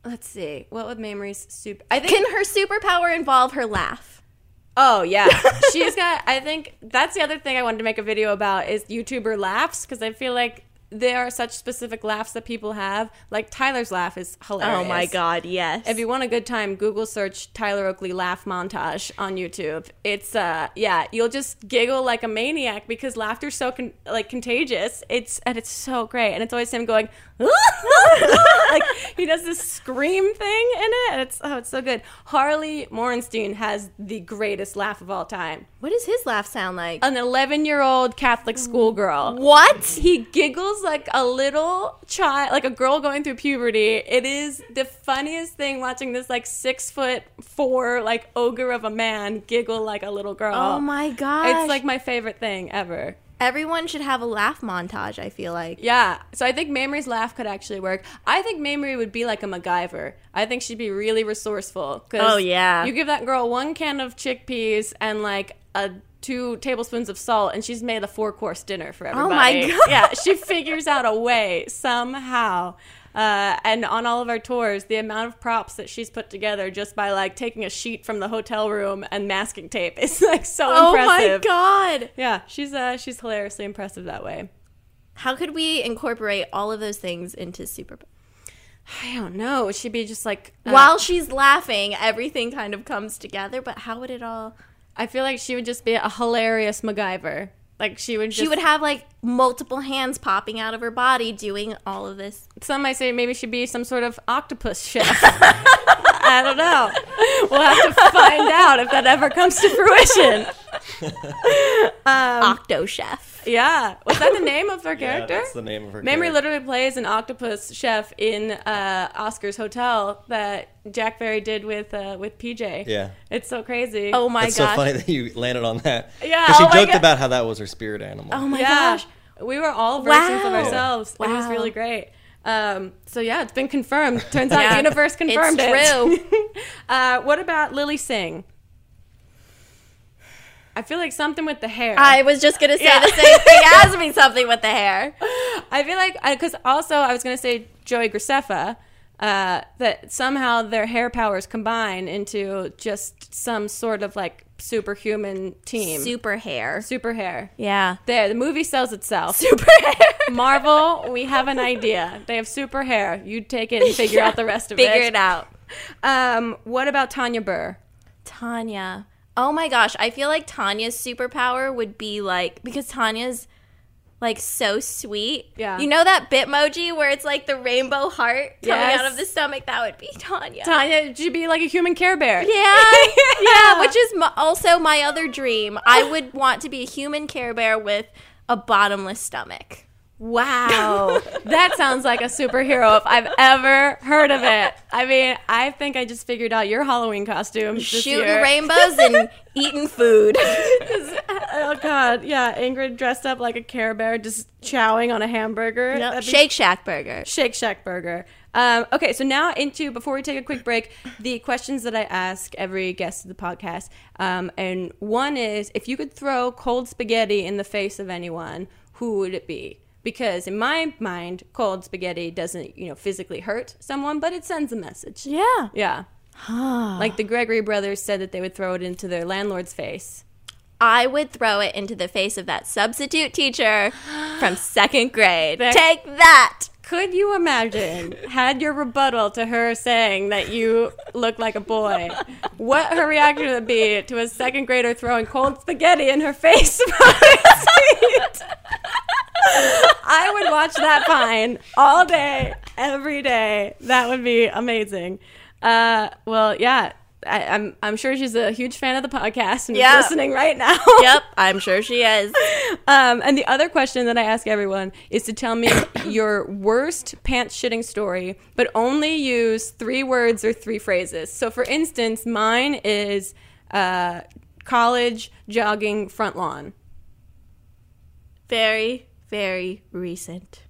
[SPEAKER 1] let's see, what would Mamrie's super. I think,
[SPEAKER 2] Can her superpower involve her laugh?
[SPEAKER 1] oh, yeah. She's got, I think that's the other thing I wanted to make a video about is YouTuber laughs because I feel like. There are such specific laughs that people have. Like Tyler's laugh is
[SPEAKER 2] Oh
[SPEAKER 1] hilarious.
[SPEAKER 2] god, yes.
[SPEAKER 1] If you want a good time, Google search Tyler Oakley laugh montage on YouTube. It's uh yeah, you'll just giggle like a maniac because laughter's so con- like contagious. It's and it's so great, and it's always him going like he does this scream thing in it. And it's oh, it's so good. Harley Morenstein has the greatest laugh of all time.
[SPEAKER 2] what does his laugh sound like?
[SPEAKER 1] An 11 year old Catholic schoolgirl
[SPEAKER 2] Um, what?
[SPEAKER 1] he giggles like a little child, like a girl going through puberty. It is the funniest thing watching this like six foot four like ogre of a man giggle like a little girl.
[SPEAKER 2] Oh my gosh.
[SPEAKER 1] It's like my favorite thing ever.
[SPEAKER 2] everyone should have a laugh montage, I feel like.
[SPEAKER 1] Yeah. So I think Mamrie's laugh could actually work. I think Mamrie would be like a MacGyver. I think she'd be really resourceful. 'cause
[SPEAKER 2] Oh, yeah.
[SPEAKER 1] You give that girl one can of chickpeas and like a two tablespoons of salt, and she's made a four course dinner for everybody.
[SPEAKER 2] Oh my God.
[SPEAKER 1] Yeah, she figures out a way somehow. Uh, and on all of our tours, the amount of props that she's put together just by like taking a sheet from the hotel room and masking tape is like so impressive.
[SPEAKER 2] Oh god.
[SPEAKER 1] Yeah, she's uh, she's hilariously impressive that way.
[SPEAKER 2] uh, How could we incorporate all of those things into super
[SPEAKER 1] I don't know. She'd be just like uh,
[SPEAKER 2] While she's laughing, everything kind of comes together. But how would it all?
[SPEAKER 1] I feel like she would just be a hilarious MacGyver. Like she would. Just,
[SPEAKER 2] She would have like multiple hands popping out of her body doing all of this.
[SPEAKER 1] Some might say maybe she'd be some sort of octopus chef. I don't know. We'll have to find out if that ever comes to fruition.
[SPEAKER 2] Octo Chef.
[SPEAKER 1] Yeah, was that the name of her
[SPEAKER 3] Yeah,
[SPEAKER 1] character?
[SPEAKER 3] that's the name of her.
[SPEAKER 1] Mamrie
[SPEAKER 3] character.
[SPEAKER 1] literally plays an octopus chef in uh, Oscar's Hotel that Jack Barry did with uh, with PJ.
[SPEAKER 3] Yeah.
[SPEAKER 1] it's so crazy.
[SPEAKER 2] Oh my
[SPEAKER 3] That's so
[SPEAKER 2] gosh.
[SPEAKER 3] funny that you landed on that.
[SPEAKER 1] Yeah,
[SPEAKER 3] 'Cause she
[SPEAKER 1] oh my
[SPEAKER 3] joked
[SPEAKER 1] God.
[SPEAKER 3] about how that was her spirit animal.
[SPEAKER 2] Oh my
[SPEAKER 1] yeah.
[SPEAKER 2] gosh.
[SPEAKER 1] We were all versions of
[SPEAKER 2] Wow.
[SPEAKER 1] ourselves. It was
[SPEAKER 2] Wow.
[SPEAKER 1] really great. Um, so yeah, it's been confirmed. Turns out
[SPEAKER 2] Yeah.
[SPEAKER 1] universe
[SPEAKER 2] It's
[SPEAKER 1] confirmed it.
[SPEAKER 2] true.
[SPEAKER 1] uh, what about Lily Singh? I feel like something with the hair.
[SPEAKER 2] I was just gonna say
[SPEAKER 1] Yeah.
[SPEAKER 2] the same thing. Ask me something with the hair.
[SPEAKER 1] I feel like because also I was gonna say Joey Graceffa. Uh, that somehow their hair powers combine into just some sort of like superhuman team.
[SPEAKER 2] Super hair.
[SPEAKER 1] super hair.
[SPEAKER 2] Yeah.
[SPEAKER 1] There, the movie sells itself.
[SPEAKER 2] Super hair.
[SPEAKER 1] Marvel, we have an idea. They have super hair. You take it and figure out the rest of
[SPEAKER 2] Figure
[SPEAKER 1] it.
[SPEAKER 2] it out.
[SPEAKER 1] Um, what about Tanya Burr?
[SPEAKER 2] Tanya. Oh my gosh, I feel like Tanya's superpower would be like because Tanya's like so sweet.
[SPEAKER 1] Yeah.
[SPEAKER 2] You know that Bitmoji where it's like the rainbow heart coming
[SPEAKER 1] Yes.
[SPEAKER 2] out of the stomach? That would be Tanya.
[SPEAKER 1] Tanya, she'd be like a human Care Bear.
[SPEAKER 2] yeah. yeah, which is my, also my other dream. I would want to be a human Care Bear with a bottomless stomach.
[SPEAKER 1] Wow, that sounds like a superhero if I've ever heard of it. I mean, I think I just figured out your Halloween costume this
[SPEAKER 2] Shooting
[SPEAKER 1] year.
[SPEAKER 2] rainbows and eating food.
[SPEAKER 1] Oh God, yeah, Ingrid dressed up like a Care Bear, just chowing on a hamburger. That'd be
[SPEAKER 2] Shake Shack burger.
[SPEAKER 1] Shake Shack burger. Um, okay, so now into before we take a quick break, the questions that I ask every guest of the podcast, um, and one is if you could throw cold spaghetti in the face of anyone, who would it be? Because in my mind, cold spaghetti doesn't you know physically hurt someone, but it sends a message.
[SPEAKER 2] Yeah.
[SPEAKER 1] Yeah. Like the Gregory brothers said that they would throw it into their landlord's face.
[SPEAKER 2] I would throw it into the face of that substitute teacher from second grade.
[SPEAKER 1] There-
[SPEAKER 2] Take that.
[SPEAKER 1] Could you imagine had your rebuttal to her saying that you look like a boy? What her reaction would be to a second grader throwing cold spaghetti in her face? from her seat? I would watch that fine all day, every day. That would be amazing. Uh, well, yeah, I, I'm I'm sure she's a huge fan of the podcast and is
[SPEAKER 2] Yeah.
[SPEAKER 1] listening right now.
[SPEAKER 2] Yep, I'm sure she is.
[SPEAKER 1] Um, and the other question that I ask everyone is to tell me your worst pants shitting story, but only use three words or three phrases. So, for instance, mine is uh, college jogging front lawn.
[SPEAKER 2] Very, very recent.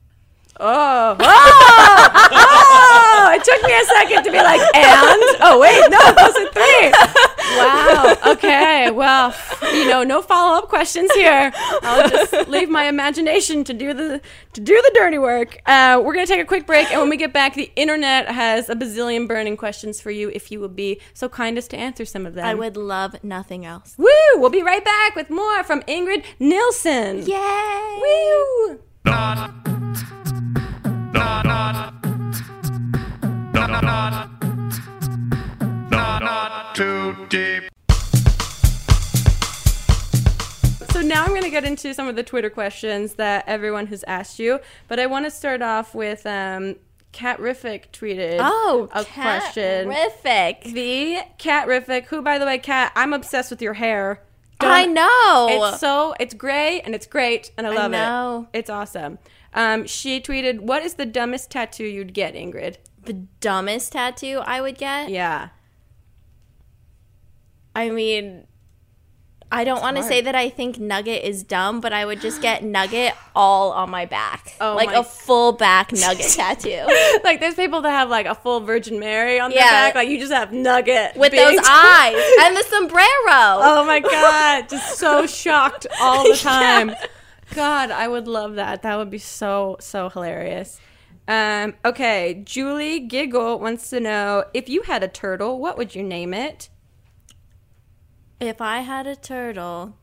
[SPEAKER 1] Oh, oh, oh! It took me a second to be like, and oh wait, no, those are three. Wow. Okay. Well, you know, no follow up questions here. I'll just leave my imagination to do the to do the dirty work. Uh, we're gonna take a quick break, and when we get back, the internet has a bazillion burning questions for you if you would be so kind as to answer some of them.
[SPEAKER 2] I would love nothing else.
[SPEAKER 1] Woo! We'll be right back with more from Ingrid Nilsson.
[SPEAKER 2] Yay!
[SPEAKER 1] Woo!
[SPEAKER 4] too deep.
[SPEAKER 1] So now I'm going to get into some of the Twitter questions that everyone has asked you, but I want to start off with um, Cat Riffic tweeted
[SPEAKER 2] oh,
[SPEAKER 1] a question.
[SPEAKER 2] Terrific.
[SPEAKER 1] the Cat Riffic, who by the way, Cat, I'm obsessed with your hair. Don't-
[SPEAKER 2] I know.
[SPEAKER 1] It's so it's gray and it's great and I love
[SPEAKER 2] know.
[SPEAKER 1] it. It's awesome. Um, she tweeted, "What is the dumbest tattoo you'd get, Ingrid?"
[SPEAKER 2] the dumbest tattoo I would get.
[SPEAKER 1] Yeah,
[SPEAKER 2] I mean, I don't want to
[SPEAKER 1] hard.
[SPEAKER 2] say that I think Nugget is dumb, but I would just get Nugget all on my back.
[SPEAKER 1] Oh
[SPEAKER 2] like
[SPEAKER 1] my-
[SPEAKER 2] a full back Nugget tattoo.
[SPEAKER 1] like there's people that have like a full Virgin Mary on their
[SPEAKER 2] Yeah.
[SPEAKER 1] back, like you just have Nugget
[SPEAKER 2] with
[SPEAKER 1] being-
[SPEAKER 2] those eyes and the sombrero.
[SPEAKER 1] Oh my god, just so shocked all the time. God, I would love that. That would be so so hilarious. Um, okay, Julie Giggle wants to know if you had a turtle, what would you name it?
[SPEAKER 2] If I had a turtle,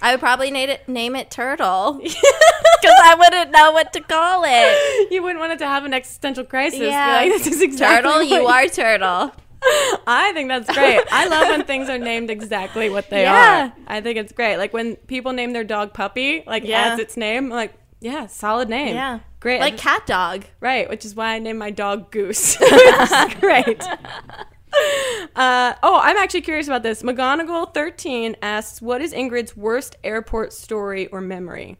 [SPEAKER 2] I would probably name it, name it Turtle. because I wouldn't know what to call it.
[SPEAKER 1] you wouldn't want it to have an existential crisis. Be
[SPEAKER 2] Yeah.
[SPEAKER 1] like, this is exactly
[SPEAKER 2] Turtle, you
[SPEAKER 1] what-
[SPEAKER 2] are turtle.
[SPEAKER 1] I think that's great. I love when things are named exactly what they
[SPEAKER 2] Yeah.
[SPEAKER 1] are. I think it's great. Like when people name their dog puppy, like
[SPEAKER 2] Yeah.
[SPEAKER 1] as its name, I'm like yeah, solid name.
[SPEAKER 2] Yeah.
[SPEAKER 1] great.
[SPEAKER 2] Like cat dog.
[SPEAKER 1] Right, which is why I named my dog Goose. Which is great. Uh, oh, I'm actually curious about this. McGonagall13 asks, What is Ingrid's worst airport story or memory?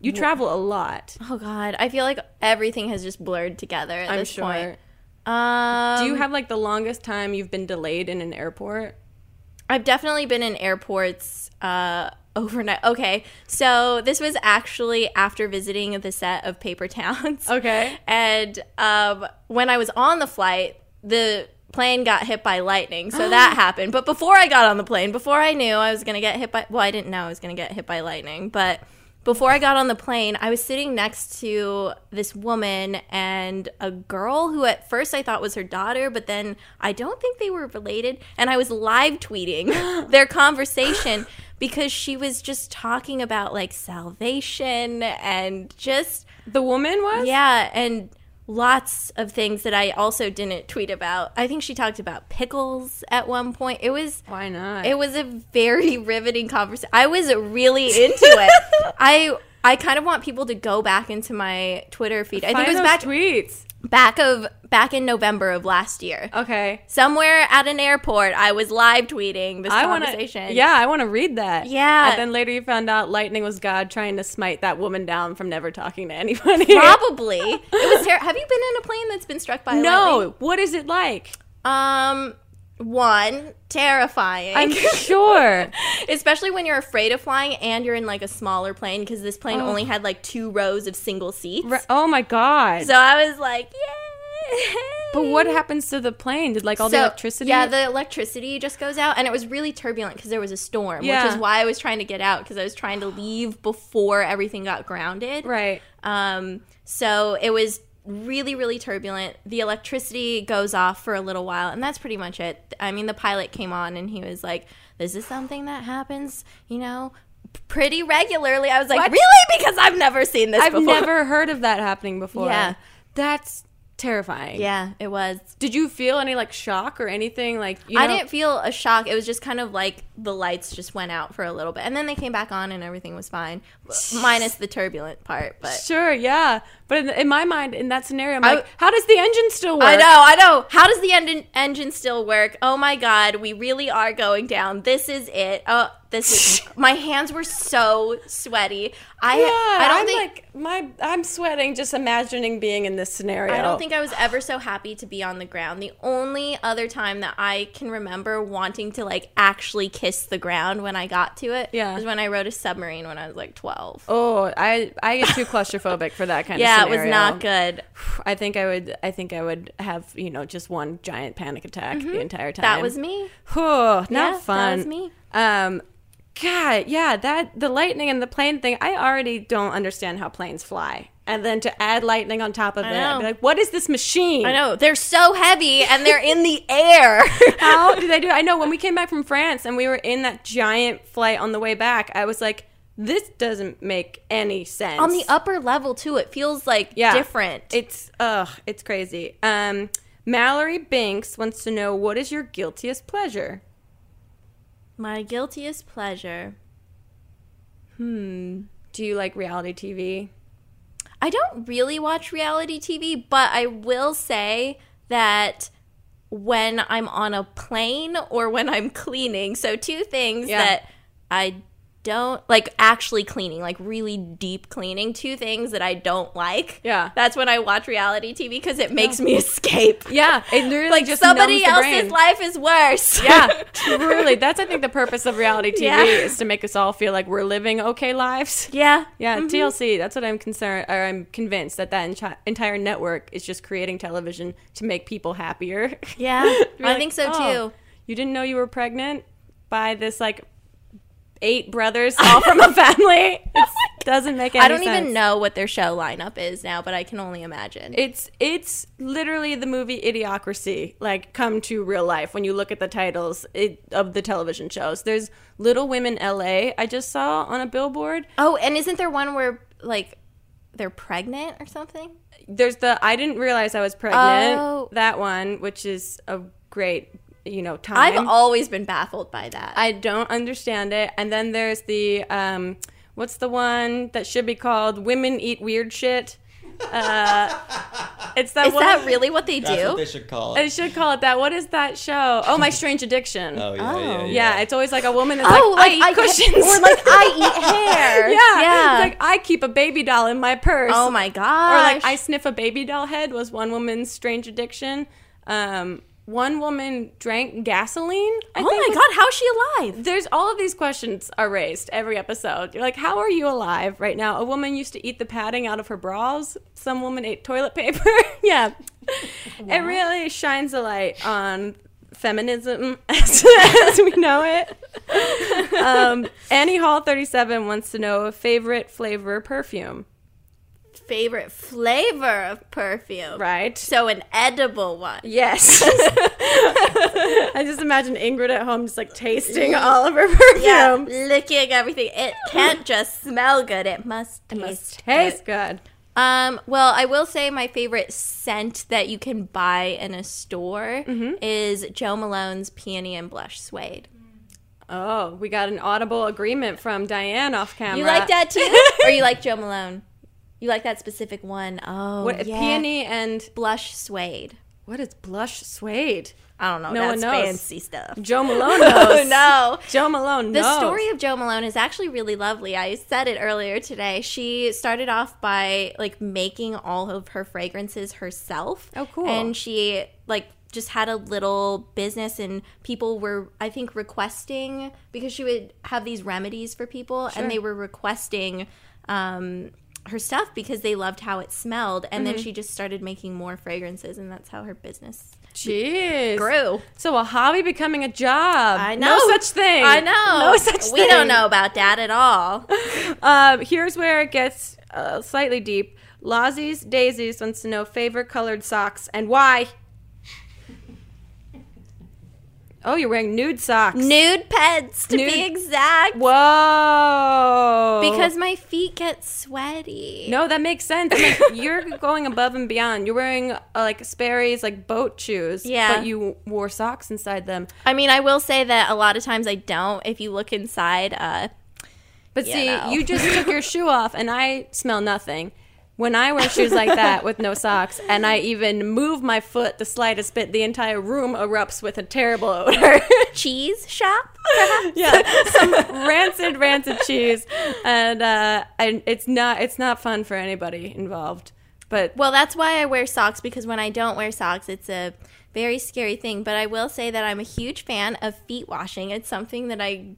[SPEAKER 1] You travel a lot,
[SPEAKER 2] Oh God, I feel like everything has just blurred together at
[SPEAKER 1] I'm
[SPEAKER 2] this
[SPEAKER 1] sure.
[SPEAKER 2] point. Um,
[SPEAKER 1] Do you have like the longest time you've been delayed in an airport?
[SPEAKER 2] I've definitely been in airports uh, overnight. Okay, so this was actually after visiting the set of Paper Towns.
[SPEAKER 1] Okay.
[SPEAKER 2] and um, when I was on the flight, the plane got hit by lightning, so that happened. But before I got on the plane, before I knew I was gonna get hit by, well, I didn't know I was gonna get hit by lightning, but before I got on the plane, I was sitting next to this woman and a girl who at first I thought was her daughter, but then I don't think they were related. And I was live tweeting their conversation because she was just talking about like salvation and just
[SPEAKER 1] The woman was?
[SPEAKER 2] yeah, and lots of things that I also didn't tweet about. I think she talked about pickles at one point. It was
[SPEAKER 1] Why not?
[SPEAKER 2] it was a very riveting conversation. I was really into it. I I kind of want people to go back into my Twitter feed. I think
[SPEAKER 1] Find
[SPEAKER 2] it was
[SPEAKER 1] those
[SPEAKER 2] back
[SPEAKER 1] tweets.
[SPEAKER 2] back of back in November of last year.
[SPEAKER 1] Okay.
[SPEAKER 2] Somewhere at an airport, I was live tweeting this
[SPEAKER 1] I want
[SPEAKER 2] conversation.
[SPEAKER 1] to. Yeah, I want to read that.
[SPEAKER 2] Yeah.
[SPEAKER 1] And then later you found out lightning was God trying to smite that woman down from never talking to anybody.
[SPEAKER 2] Probably. it was ter- Have you been in a plane that's been struck by a lightning?
[SPEAKER 1] No. What is it like?
[SPEAKER 2] Um one, terrifying.
[SPEAKER 1] I'm sure.
[SPEAKER 2] Especially when you're afraid of flying and you're in like a smaller plane because this plane
[SPEAKER 1] Oh.
[SPEAKER 2] only had like two rows of single seats.
[SPEAKER 1] Re- Oh my god.
[SPEAKER 2] So I was like, yay!
[SPEAKER 1] but what happens to the plane? Did like all the
[SPEAKER 2] So-
[SPEAKER 1] electricity?
[SPEAKER 2] Yeah, the electricity just goes out, and it was really turbulent because there was a storm, which
[SPEAKER 1] Yeah.
[SPEAKER 2] is why I was trying to get out because I was trying to leave before everything got grounded.
[SPEAKER 1] right.
[SPEAKER 2] Um, so it was really, really turbulent. The electricity goes off for a little while, and that's pretty much it. I mean, the pilot came on and he was like, This is something that happens, you know, p- pretty regularly. I was like,
[SPEAKER 1] What?
[SPEAKER 2] Really? Because I've never seen this
[SPEAKER 1] I've
[SPEAKER 2] before.
[SPEAKER 1] never heard of that happening before.
[SPEAKER 2] Yeah.
[SPEAKER 1] That's terrifying.
[SPEAKER 2] Yeah, it was.
[SPEAKER 1] Did you feel any like shock or anything like you
[SPEAKER 2] I
[SPEAKER 1] know-
[SPEAKER 2] didn't feel a shock. It was just kind of like the lights just went out for a little bit, and then they came back on, and everything was fine, minus the turbulent part. But
[SPEAKER 1] Sure, yeah. But in, in my mind, in that scenario, I'm
[SPEAKER 2] I-
[SPEAKER 1] like, how does the engine still work?
[SPEAKER 2] I know, I know. How does the engine engine still work? Oh my god, we really are going down. This is it. Oh, this is. my hands were so sweaty. I
[SPEAKER 1] Yeah,
[SPEAKER 2] I don't
[SPEAKER 1] am
[SPEAKER 2] think
[SPEAKER 1] like my I'm sweating just imagining being in this scenario.
[SPEAKER 2] I don't think I was ever so happy to be on the ground. The only other time that I can remember wanting to like actually kiss the ground when I got to it
[SPEAKER 1] Yeah.
[SPEAKER 2] was when I rode a submarine when I was like 12.
[SPEAKER 1] Oh, I I get too claustrophobic for that kind
[SPEAKER 2] yeah,
[SPEAKER 1] of scenario.
[SPEAKER 2] it was not good.
[SPEAKER 1] I think I would I think I would have, you know, just one giant panic attack the entire time.
[SPEAKER 2] Mm-hmm. That was me.
[SPEAKER 1] Oh, not
[SPEAKER 2] Yeah, that
[SPEAKER 1] fun.
[SPEAKER 2] was me.
[SPEAKER 1] Um God, yeah, that the lightning and the plane thing, I already don't understand how planes fly. And then to add lightning on top of it, I'd
[SPEAKER 2] know.
[SPEAKER 1] be like, what is this machine?
[SPEAKER 2] I know. They're so heavy and they're in the air.
[SPEAKER 1] How do they do? it? I know when we came back from France and we were in that giant flight on the way back, I was like, this doesn't make any sense.
[SPEAKER 2] on the upper level too. It feels like
[SPEAKER 1] Yeah.
[SPEAKER 2] different.
[SPEAKER 1] It's ugh, it's crazy. Um, Mallory Binks wants to know what is your guiltiest pleasure?
[SPEAKER 2] My guiltiest pleasure.
[SPEAKER 1] Do you like reality TV?
[SPEAKER 2] I don't really watch reality TV, but I will say that when I'm on a plane or when I'm cleaning, so two things
[SPEAKER 1] Yeah.
[SPEAKER 2] that I don't like actually cleaning, like really deep cleaning, two things that I don't like.
[SPEAKER 1] Yeah.
[SPEAKER 2] That's when I watch reality TV because it makes me escape.
[SPEAKER 1] Yeah, it literally
[SPEAKER 2] Like
[SPEAKER 1] just
[SPEAKER 2] somebody
[SPEAKER 1] numbs the
[SPEAKER 2] else's
[SPEAKER 1] brain.
[SPEAKER 2] life is worse.
[SPEAKER 1] Yeah, truly. That's I think the purpose of reality TV
[SPEAKER 2] Yeah.
[SPEAKER 1] is to make us all feel like we're living okay lives.
[SPEAKER 2] yeah.
[SPEAKER 1] Yeah, TLC. That's what I'm concerned, or I'm convinced that that enti- entire network is just creating television to make people happier.
[SPEAKER 2] Yeah.
[SPEAKER 1] You're
[SPEAKER 2] I
[SPEAKER 1] like,
[SPEAKER 2] think so
[SPEAKER 1] "Oh,
[SPEAKER 2] too.
[SPEAKER 1] You didn't know you were pregnant by this like eight brothers all from a family. It doesn't make any
[SPEAKER 2] Oh I don't even
[SPEAKER 1] sense.
[SPEAKER 2] know what their show lineup is now, but I can only imagine.
[SPEAKER 1] It's it's literally the movie Idiocracy, like come to real life. When you look at the titles it, of the television shows, there's Little Women L.A. I just saw on a billboard.
[SPEAKER 2] oh, and isn't there one where like they're pregnant or something.
[SPEAKER 1] There's the I didn't realize I was pregnant.
[SPEAKER 2] Oh.
[SPEAKER 1] That one, which is a great, you know, time.
[SPEAKER 2] I've always been baffled by that.
[SPEAKER 1] I don't understand it. And then there's the um, what's the one that should be called "Women Eat Weird Shit." Uh, it's that
[SPEAKER 2] Is
[SPEAKER 1] one.
[SPEAKER 2] that really what they
[SPEAKER 3] That's what
[SPEAKER 2] do?
[SPEAKER 3] they should call
[SPEAKER 1] I
[SPEAKER 3] it.
[SPEAKER 1] should call it that. What is that show? Oh, My Strange Addiction.
[SPEAKER 3] Oh, yeah, yeah,
[SPEAKER 2] Oh.
[SPEAKER 1] yeah.
[SPEAKER 3] yeah.
[SPEAKER 1] it's always like a woman that's
[SPEAKER 2] oh,
[SPEAKER 1] like, I eat
[SPEAKER 2] get-
[SPEAKER 1] cushions.
[SPEAKER 2] or like I eat hair.
[SPEAKER 1] yeah,
[SPEAKER 2] yeah.
[SPEAKER 1] It's like I keep a baby doll in my purse.
[SPEAKER 2] oh my
[SPEAKER 1] Or
[SPEAKER 2] gosh.
[SPEAKER 1] like I sniff a baby doll head was one woman's strange addiction. Um, one woman drank gasoline. I
[SPEAKER 2] oh my
[SPEAKER 1] was-
[SPEAKER 2] god, how's she alive?
[SPEAKER 1] There's all of these questions are raised every episode. You're like, how are you alive right now? A woman used to eat the padding out of her bras. Some woman ate toilet paper. yeah, it really shines a light on feminism as, as we know it. Um, Annie Hall 37 wants to know favorite flavor perfume.
[SPEAKER 2] Favorite flavor of perfume.
[SPEAKER 1] Right.
[SPEAKER 2] So an edible one.
[SPEAKER 1] Yes. I just imagine Ingrid at home just like tasting all of her perfume.
[SPEAKER 2] Yeah, licking everything. It can't just smell good. It must taste.
[SPEAKER 1] Must taste good.
[SPEAKER 2] good. Um, well, I will say my favorite scent that you can buy in a store is Joe Malone's Peony and Blush Suede.
[SPEAKER 1] Oh, we got an audible agreement from Diane off camera.
[SPEAKER 2] You like that too, or you like Joe Malone? You like that specific one? Oh,
[SPEAKER 1] What,
[SPEAKER 2] yeah.
[SPEAKER 1] Peony and
[SPEAKER 2] Blush Suede.
[SPEAKER 1] what is blush suede?
[SPEAKER 2] I don't know.
[SPEAKER 1] No one
[SPEAKER 2] that's
[SPEAKER 1] knows.
[SPEAKER 2] fancy stuff.
[SPEAKER 1] Joe Malone knows.
[SPEAKER 2] Oh no.
[SPEAKER 1] Joe Malone
[SPEAKER 2] The
[SPEAKER 1] knows.
[SPEAKER 2] story of Joe Malone is actually really lovely. I said it earlier today. She started off by like making all of her fragrances herself.
[SPEAKER 1] Oh, cool.
[SPEAKER 2] And she like just had a little business and people were I think requesting because she would have these remedies for people and they were requesting um her stuff because they loved how it smelled and
[SPEAKER 1] Mm-hmm.
[SPEAKER 2] then she just started making more fragrances and that's how her business
[SPEAKER 1] Jeez.
[SPEAKER 2] grew.
[SPEAKER 1] So a hobby becoming a job.
[SPEAKER 2] I know.
[SPEAKER 1] No such thing.
[SPEAKER 2] I know.
[SPEAKER 1] No such
[SPEAKER 2] We
[SPEAKER 1] thing.
[SPEAKER 2] don't know about that at all.
[SPEAKER 1] Um, here's where it gets uh, slightly deep. Lozzie's Daisies wants to know favorite colored socks and why. Oh, you're wearing nude socks.
[SPEAKER 2] Nude pets, to be
[SPEAKER 1] Nude-
[SPEAKER 2] exact.
[SPEAKER 1] Whoa.
[SPEAKER 2] Because my feet get sweaty.
[SPEAKER 1] No, that makes sense. Like, you're going above and beyond. You're wearing uh, like Sperry's like boat shoes,
[SPEAKER 2] Yeah.
[SPEAKER 1] but you wore socks inside them.
[SPEAKER 2] I mean, I will say that a lot of times I don't. If you look inside, uh,
[SPEAKER 1] But
[SPEAKER 2] You
[SPEAKER 1] see,
[SPEAKER 2] know.
[SPEAKER 1] you just took your shoe off, and I smell nothing. When I wear shoes like that with no socks, and I even move my foot the slightest bit, the entire room erupts with a terrible odor.
[SPEAKER 2] cheese shop.
[SPEAKER 1] yeah, some rancid, rancid cheese, and uh, and it's not it's not fun for anybody involved. But
[SPEAKER 2] Well, that's why I wear socks because when I don't wear socks, it's a very scary thing. But I will say that I'm a huge fan of feet washing. It's something that I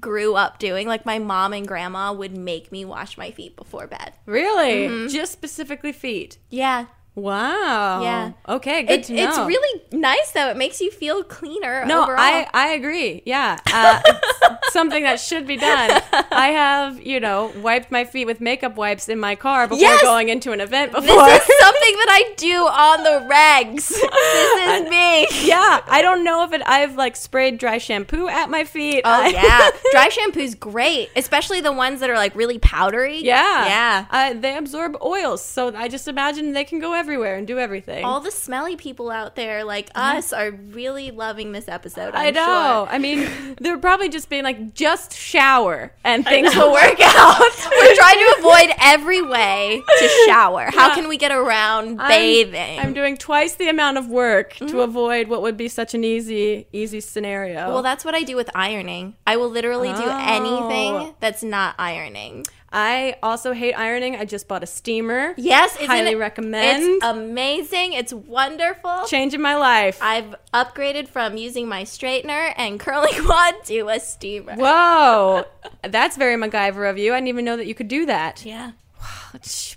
[SPEAKER 2] grew up doing. Like my mom and grandma would make me wash my feet before bed.
[SPEAKER 1] really,
[SPEAKER 2] mm-hmm.
[SPEAKER 1] just specifically feet.
[SPEAKER 2] Yeah.
[SPEAKER 1] Wow.
[SPEAKER 2] Yeah.
[SPEAKER 1] Okay. Good
[SPEAKER 2] It,
[SPEAKER 1] to know.
[SPEAKER 2] it's really nice though. It makes you feel cleaner
[SPEAKER 1] no.
[SPEAKER 2] overall.
[SPEAKER 1] I I agree. Yeah. Uh, it's something that should be done. I have you know wiped my feet with makeup wipes in my car before
[SPEAKER 2] Yes!
[SPEAKER 1] going into an event before.
[SPEAKER 2] This is something that I do on the regs. This is me.
[SPEAKER 1] yeah. I don't know if it. I've like sprayed dry shampoo at my feet.
[SPEAKER 2] Oh
[SPEAKER 1] I-
[SPEAKER 2] yeah, dry shampoo's great, especially the ones that are like really powdery.
[SPEAKER 1] Yeah.
[SPEAKER 2] yeah.
[SPEAKER 1] Uh, they absorb oils, so I just imagine they can go everywhere and do everything.
[SPEAKER 2] All the smelly people out there, like us, are really loving this episode. i
[SPEAKER 1] Mm-hmm. I know. I mean, they're probably just being like, just shower and things will work.
[SPEAKER 2] Work out. We're trying to avoid every way to shower. How can we get around
[SPEAKER 1] I'm-
[SPEAKER 2] bathing? Mm-hmm.
[SPEAKER 1] I'm, doing twice the amount of work to avoid what would be such an easy, easy scenario.
[SPEAKER 2] well, that's what I do with ironing. I will literally do
[SPEAKER 1] Oh.
[SPEAKER 2] anything that's not ironing.
[SPEAKER 1] I also hate ironing. I just bought a steamer.
[SPEAKER 2] Yes, isn't
[SPEAKER 1] Highly
[SPEAKER 2] it-
[SPEAKER 1] recommend.
[SPEAKER 2] It's amazing. It's wonderful.
[SPEAKER 1] Changing my life.
[SPEAKER 2] I've upgraded from using my straightener and curling wand to a steamer.
[SPEAKER 1] Whoa, that's very MacGyver of you. I didn't even know that you could do that.
[SPEAKER 2] Yeah.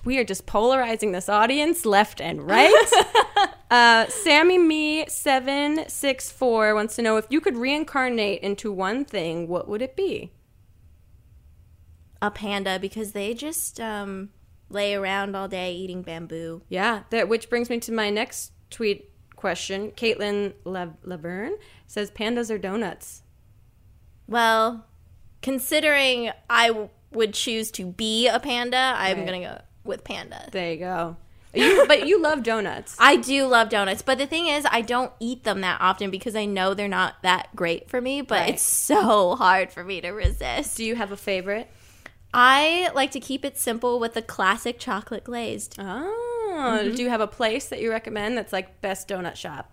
[SPEAKER 1] We are just polarizing this audience left and right. uh, Sammy Me seven six four wants to know if you could reincarnate into one thing, what would it be?
[SPEAKER 2] A panda because they just um, lay around all day eating bamboo.
[SPEAKER 1] Yeah, that which brings me to my next tweet question. Caitlin Le- Laverne says pandas are donuts.
[SPEAKER 2] Well, considering I w- would choose to be a panda, I'm
[SPEAKER 1] Right.
[SPEAKER 2] gonna go with panda.
[SPEAKER 1] There you go. You, but you love donuts.
[SPEAKER 2] I do love donuts, but the thing is, I don't eat them that often because I know they're not that great for me. But
[SPEAKER 1] Right.
[SPEAKER 2] it's so hard for me to resist.
[SPEAKER 1] Do you have a favorite?
[SPEAKER 2] I like to keep it simple with the classic chocolate glazed.
[SPEAKER 1] Oh,
[SPEAKER 2] Mm-hmm.
[SPEAKER 1] do you have a place that you recommend that's like best donut shop?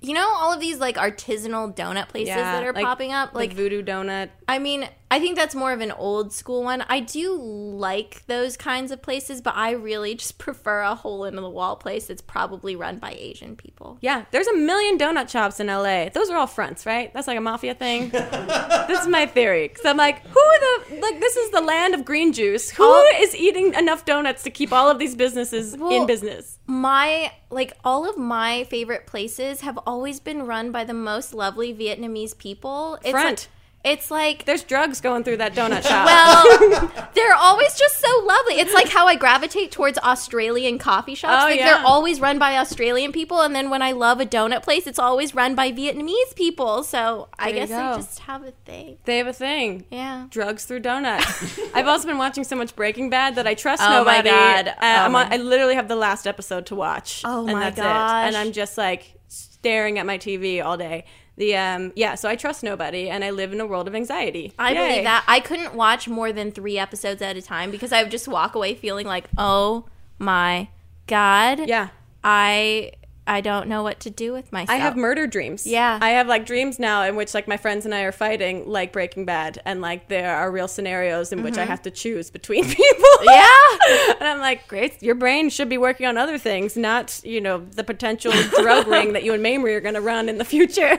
[SPEAKER 2] You know, all of these like artisanal donut places that are
[SPEAKER 1] like
[SPEAKER 2] popping up.
[SPEAKER 1] the
[SPEAKER 2] Like,
[SPEAKER 1] Voodoo Donut.
[SPEAKER 2] I mean, I think that's more of an old school one. I do like those kinds of places, but I really just prefer a hole in the wall place that's probably run by Asian people.
[SPEAKER 1] Yeah, there's a million donut shops in LA. Those are all fronts, right? That's like a mafia thing. this is my theory. Because I'm like, who are the, like, this is the land of green juice. Who is
[SPEAKER 2] All-
[SPEAKER 1] eating enough donuts to keep all of these businesses in
[SPEAKER 2] Well-
[SPEAKER 1] business?
[SPEAKER 2] my like all of my favorite places have always been run by the most lovely Vietnamese people. It's
[SPEAKER 1] Front.
[SPEAKER 2] Like, it's like
[SPEAKER 1] There's drugs going through that donut shop.
[SPEAKER 2] well, they're always just so lovely. It's like how I gravitate towards Australian coffee shops.
[SPEAKER 1] Oh,
[SPEAKER 2] like
[SPEAKER 1] yeah.
[SPEAKER 2] they're always run by Australian people, and then when I love a donut place, it's always run by Vietnamese people. So I
[SPEAKER 1] There you
[SPEAKER 2] guess I
[SPEAKER 1] go.
[SPEAKER 2] just have a thing.
[SPEAKER 1] they have a thing.
[SPEAKER 2] Yeah.
[SPEAKER 1] drugs through donuts. I've also been watching so much Breaking Bad that I trust
[SPEAKER 2] Oh my
[SPEAKER 1] nobody.
[SPEAKER 2] God.
[SPEAKER 1] Uh,
[SPEAKER 2] Oh
[SPEAKER 1] I'm
[SPEAKER 2] my-
[SPEAKER 1] on- I literally have the last episode to watch.
[SPEAKER 2] Oh
[SPEAKER 1] and
[SPEAKER 2] my
[SPEAKER 1] that's it.
[SPEAKER 2] gosh.
[SPEAKER 1] And I'm just like staring at my TV all day. The um yeah, so I trust nobody and I live in a world of anxiety.
[SPEAKER 2] I
[SPEAKER 1] Yay.
[SPEAKER 2] believe that. I couldn't watch more than three episodes at a time because I would just walk away feeling like, oh my god.
[SPEAKER 1] Yeah.
[SPEAKER 2] I I don't know what to do with myself.
[SPEAKER 1] I have murder dreams.
[SPEAKER 2] Yeah.
[SPEAKER 1] I have like dreams now in which like my friends and I are fighting like Breaking Bad and like there are real scenarios in which I have to choose between people.
[SPEAKER 2] Mm-hmm. Yeah.
[SPEAKER 1] and I'm like, great, your brain should be working on other things, not, you know, the potential drug ring that you and Mamrie are going to run in the future.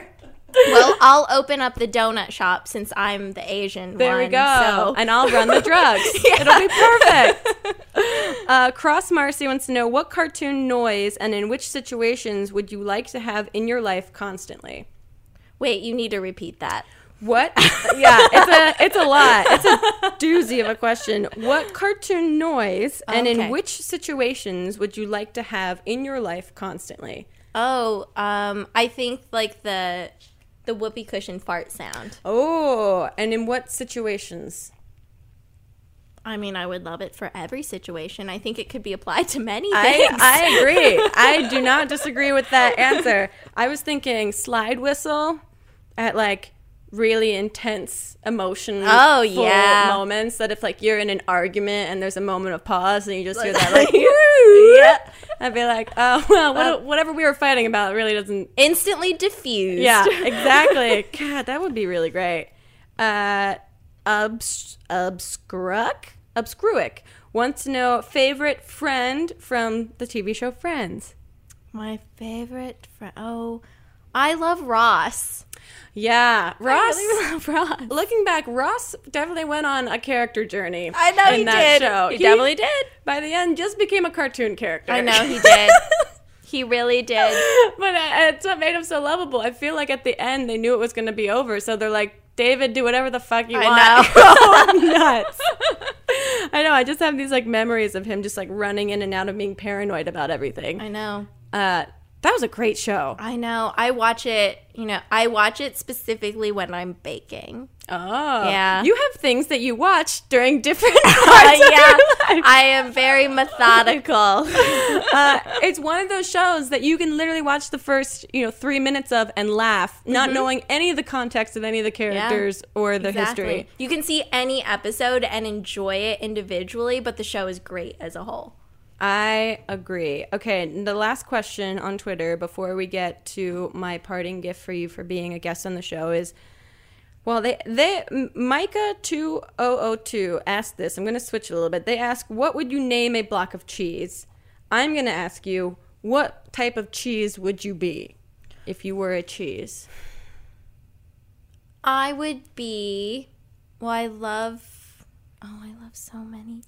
[SPEAKER 2] well, I'll open up the donut shop since I'm the Asian
[SPEAKER 1] There
[SPEAKER 2] one.
[SPEAKER 1] we go.
[SPEAKER 2] So.
[SPEAKER 1] And I'll run the drugs. It'll be perfect. uh, Cross Marcy wants to know what cartoon noise and in which situations would you like to have in your life constantly?
[SPEAKER 2] Wait, you need to repeat that.
[SPEAKER 1] What? yeah, it's a it's a lot. It's a doozy of a question. What cartoon noise and in
[SPEAKER 2] Okay.
[SPEAKER 1] which situations would you like to have in your life constantly?
[SPEAKER 2] Oh, um, I think like the the whoopee cushion fart sound.
[SPEAKER 1] Oh, and in what situations?
[SPEAKER 2] I mean, I would love it for every situation. I think it could be applied to many
[SPEAKER 1] I,
[SPEAKER 2] things.
[SPEAKER 1] I agree. I do not disagree with that answer. I was thinking slide whistle at like really intense emotion
[SPEAKER 2] Oh, yeah.
[SPEAKER 1] moments that if like you're in an argument and there's a moment of pause and you just hear that
[SPEAKER 2] Like-
[SPEAKER 1] like yeah I'd be like oh well what, whatever we were fighting about really doesn't
[SPEAKER 2] Instantly diffused.
[SPEAKER 1] yeah exactly god that would be really great uh obs obscruck obscruic wants to know favorite friend from the tv show friends
[SPEAKER 2] My favorite. Fr- oh, I love Ross.
[SPEAKER 1] yeah ross
[SPEAKER 2] really love Ross.
[SPEAKER 1] looking back ross definitely went on a character journey
[SPEAKER 2] I know
[SPEAKER 1] in
[SPEAKER 2] he
[SPEAKER 1] that
[SPEAKER 2] did.
[SPEAKER 1] show.
[SPEAKER 2] He definitely did.
[SPEAKER 1] by the end just became a cartoon character
[SPEAKER 2] I know he did. he really did.
[SPEAKER 1] but uh, it's what made him so lovable i feel like at the end they knew it was going to be over so they're like david do whatever the fuck you
[SPEAKER 2] I
[SPEAKER 1] want
[SPEAKER 2] know.
[SPEAKER 1] nuts. I know. I just have these like memories of him just like running in and out of being paranoid about everything.
[SPEAKER 2] I know.
[SPEAKER 1] Uh, that was a great show.
[SPEAKER 2] I know. I watch it, you know, I watch it specifically when I'm baking.
[SPEAKER 1] Oh,
[SPEAKER 2] Yeah.
[SPEAKER 1] You have things that you watch during different parts
[SPEAKER 2] Uh,
[SPEAKER 1] of your life.
[SPEAKER 2] I am very methodical.
[SPEAKER 1] Uh, it's one of those shows that you can literally watch the first, you know, three minutes of and laugh, not knowing any of the context of any of the characters or the history.
[SPEAKER 2] You can see any episode and enjoy it individually, but the show is great as a whole.
[SPEAKER 1] I agree. Okay, and the last question on Twitter before we get to my parting gift for you for being a guest on the show is well, they they M- Micah 2002 asked this. I'm going to switch a little bit. They ask, "What would you name a block of cheese?" I'm going to ask you, "What type of cheese would you be if you were a cheese?"
[SPEAKER 2] I would be well, I love oh, I love so many.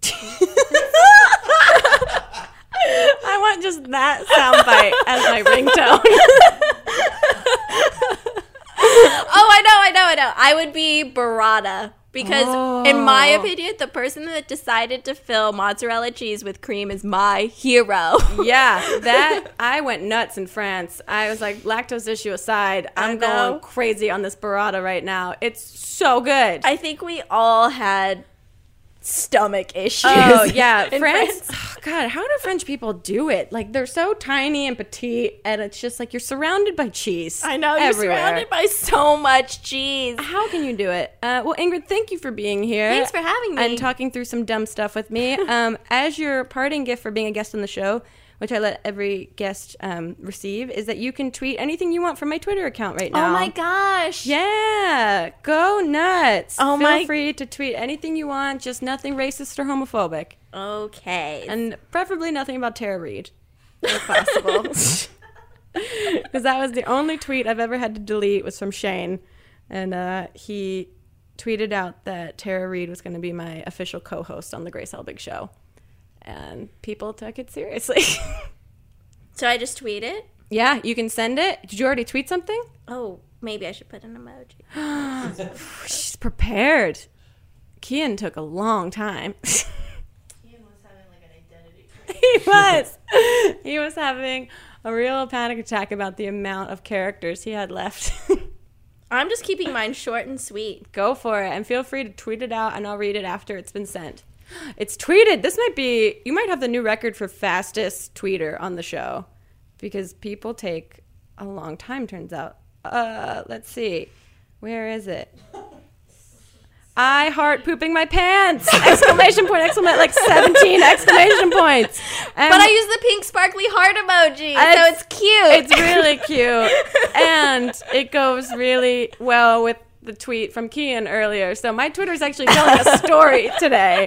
[SPEAKER 1] I want just that soundbite as my ringtone.
[SPEAKER 2] Oh, I know, I know, I know. I would be burrata because, in my opinion, the person that decided to fill mozzarella cheese with cream is my hero.
[SPEAKER 1] yeah, that I went nuts in France. I was like, lactose issue aside, I'm
[SPEAKER 2] know.
[SPEAKER 1] going crazy on this burrata right now. It's so good.
[SPEAKER 2] I think we all had stomach issues.
[SPEAKER 1] Oh yeah,
[SPEAKER 2] in
[SPEAKER 1] France. Oh, God, how do French people do it? Like they're so tiny and petite, and it's just like you're surrounded by cheese.
[SPEAKER 2] I know you're
[SPEAKER 1] everywhere.
[SPEAKER 2] surrounded by so much cheese.
[SPEAKER 1] How can you do it? Uh, well, Ingrid, thank you for being here.
[SPEAKER 2] Thanks for having me.
[SPEAKER 1] And talking through some dumb stuff with me. Um, as your parting gift for being a guest on the show, which I let every guest um, receive, is that you can tweet anything you want from my Twitter account right now.
[SPEAKER 2] Oh my gosh.
[SPEAKER 1] Yeah, go nuts.
[SPEAKER 2] Oh
[SPEAKER 1] Feel
[SPEAKER 2] my-
[SPEAKER 1] free to tweet anything you want, just nothing racist or homophobic,
[SPEAKER 2] Okay.
[SPEAKER 1] and preferably nothing about Tara Reid.
[SPEAKER 2] possible.
[SPEAKER 1] because that was the only tweet I've ever had to delete was from Shane, and uh, he tweeted out that Tara Reid was going to be my official co-host on the Grace Helbig show, and people took it seriously.
[SPEAKER 2] so I just tweet it.
[SPEAKER 1] yeah, you can send it. Did you already tweet something?
[SPEAKER 2] Oh, maybe I should put an emoji.
[SPEAKER 1] She's prepared. Kian took a long time. he was. He was having a real panic attack about the amount of characters he had left.
[SPEAKER 2] I'm just keeping mine short and sweet.
[SPEAKER 1] Go for it, and feel free to tweet it out, and I'll read it after it's been sent. It's tweeted. This might be you might have the new record for fastest tweeter on the show, because people take a long time. Turns out. Uh, let's see, where is it? I heart pooping my pants! Exclamation point! Exclamation like seventeen exclamation points. And
[SPEAKER 2] But I use the pink sparkly heart emoji, so it's
[SPEAKER 1] It's-
[SPEAKER 2] cute.
[SPEAKER 1] it's really cute. and it goes really well with the tweet from Kian earlier. So my Twitter's actually telling a story today,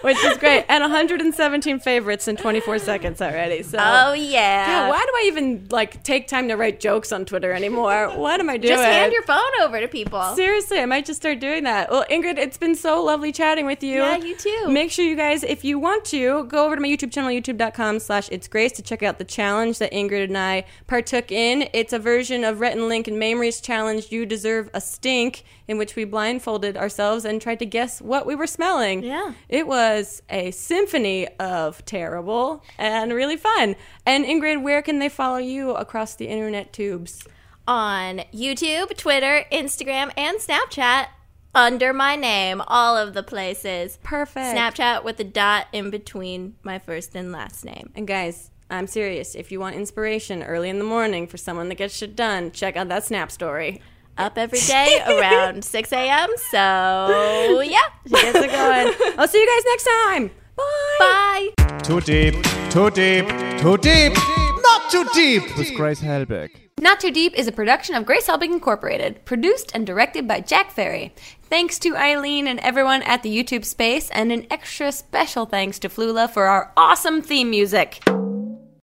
[SPEAKER 1] which is great. And 117 favorites in 24 seconds already. So.
[SPEAKER 2] oh yeah.
[SPEAKER 1] Yeah, why do I even like take time to write jokes on Twitter anymore? What am I doing?
[SPEAKER 2] Just hand your phone over to people.
[SPEAKER 1] Seriously, I might just start doing that. Well, Ingrid, it's been so lovely chatting with you.
[SPEAKER 2] Yeah, you too.
[SPEAKER 1] Make sure you guys, if you want to, go over to my YouTube channel, youtube.com slash it's grace to check out the challenge that Ingrid and I partook in. It's a version of Rhett and Link and Mamrie's challenge, You Deserve a Stink, in which we blindfolded ourselves and tried to guess what we were smelling.
[SPEAKER 2] Yeah.
[SPEAKER 1] It was a symphony of terrible and really fun. And Ingrid, where can they follow you across the internet tubes?
[SPEAKER 2] on YouTube, Twitter, Instagram, and Snapchat under my name, all of the places.
[SPEAKER 1] Perfect.
[SPEAKER 2] Snapchat with a dot in between my first and last name.
[SPEAKER 1] And guys, I'm serious. If you want inspiration early in the morning for someone that gets shit done, check out that Snap story.
[SPEAKER 2] Up every day around 6 a.m. So, yeah.
[SPEAKER 1] Gets it going. I'll see you guys next time. Bye.
[SPEAKER 2] Bye.
[SPEAKER 4] Too deep, too deep, too deep, not too deep with Grace Helbig.
[SPEAKER 5] Not Too Deep is a production of Grace Helbig Incorporated, produced and directed by Jack Ferry. Thanks to Eileen and everyone at the YouTube space, and an extra special thanks to Flula for our awesome theme music.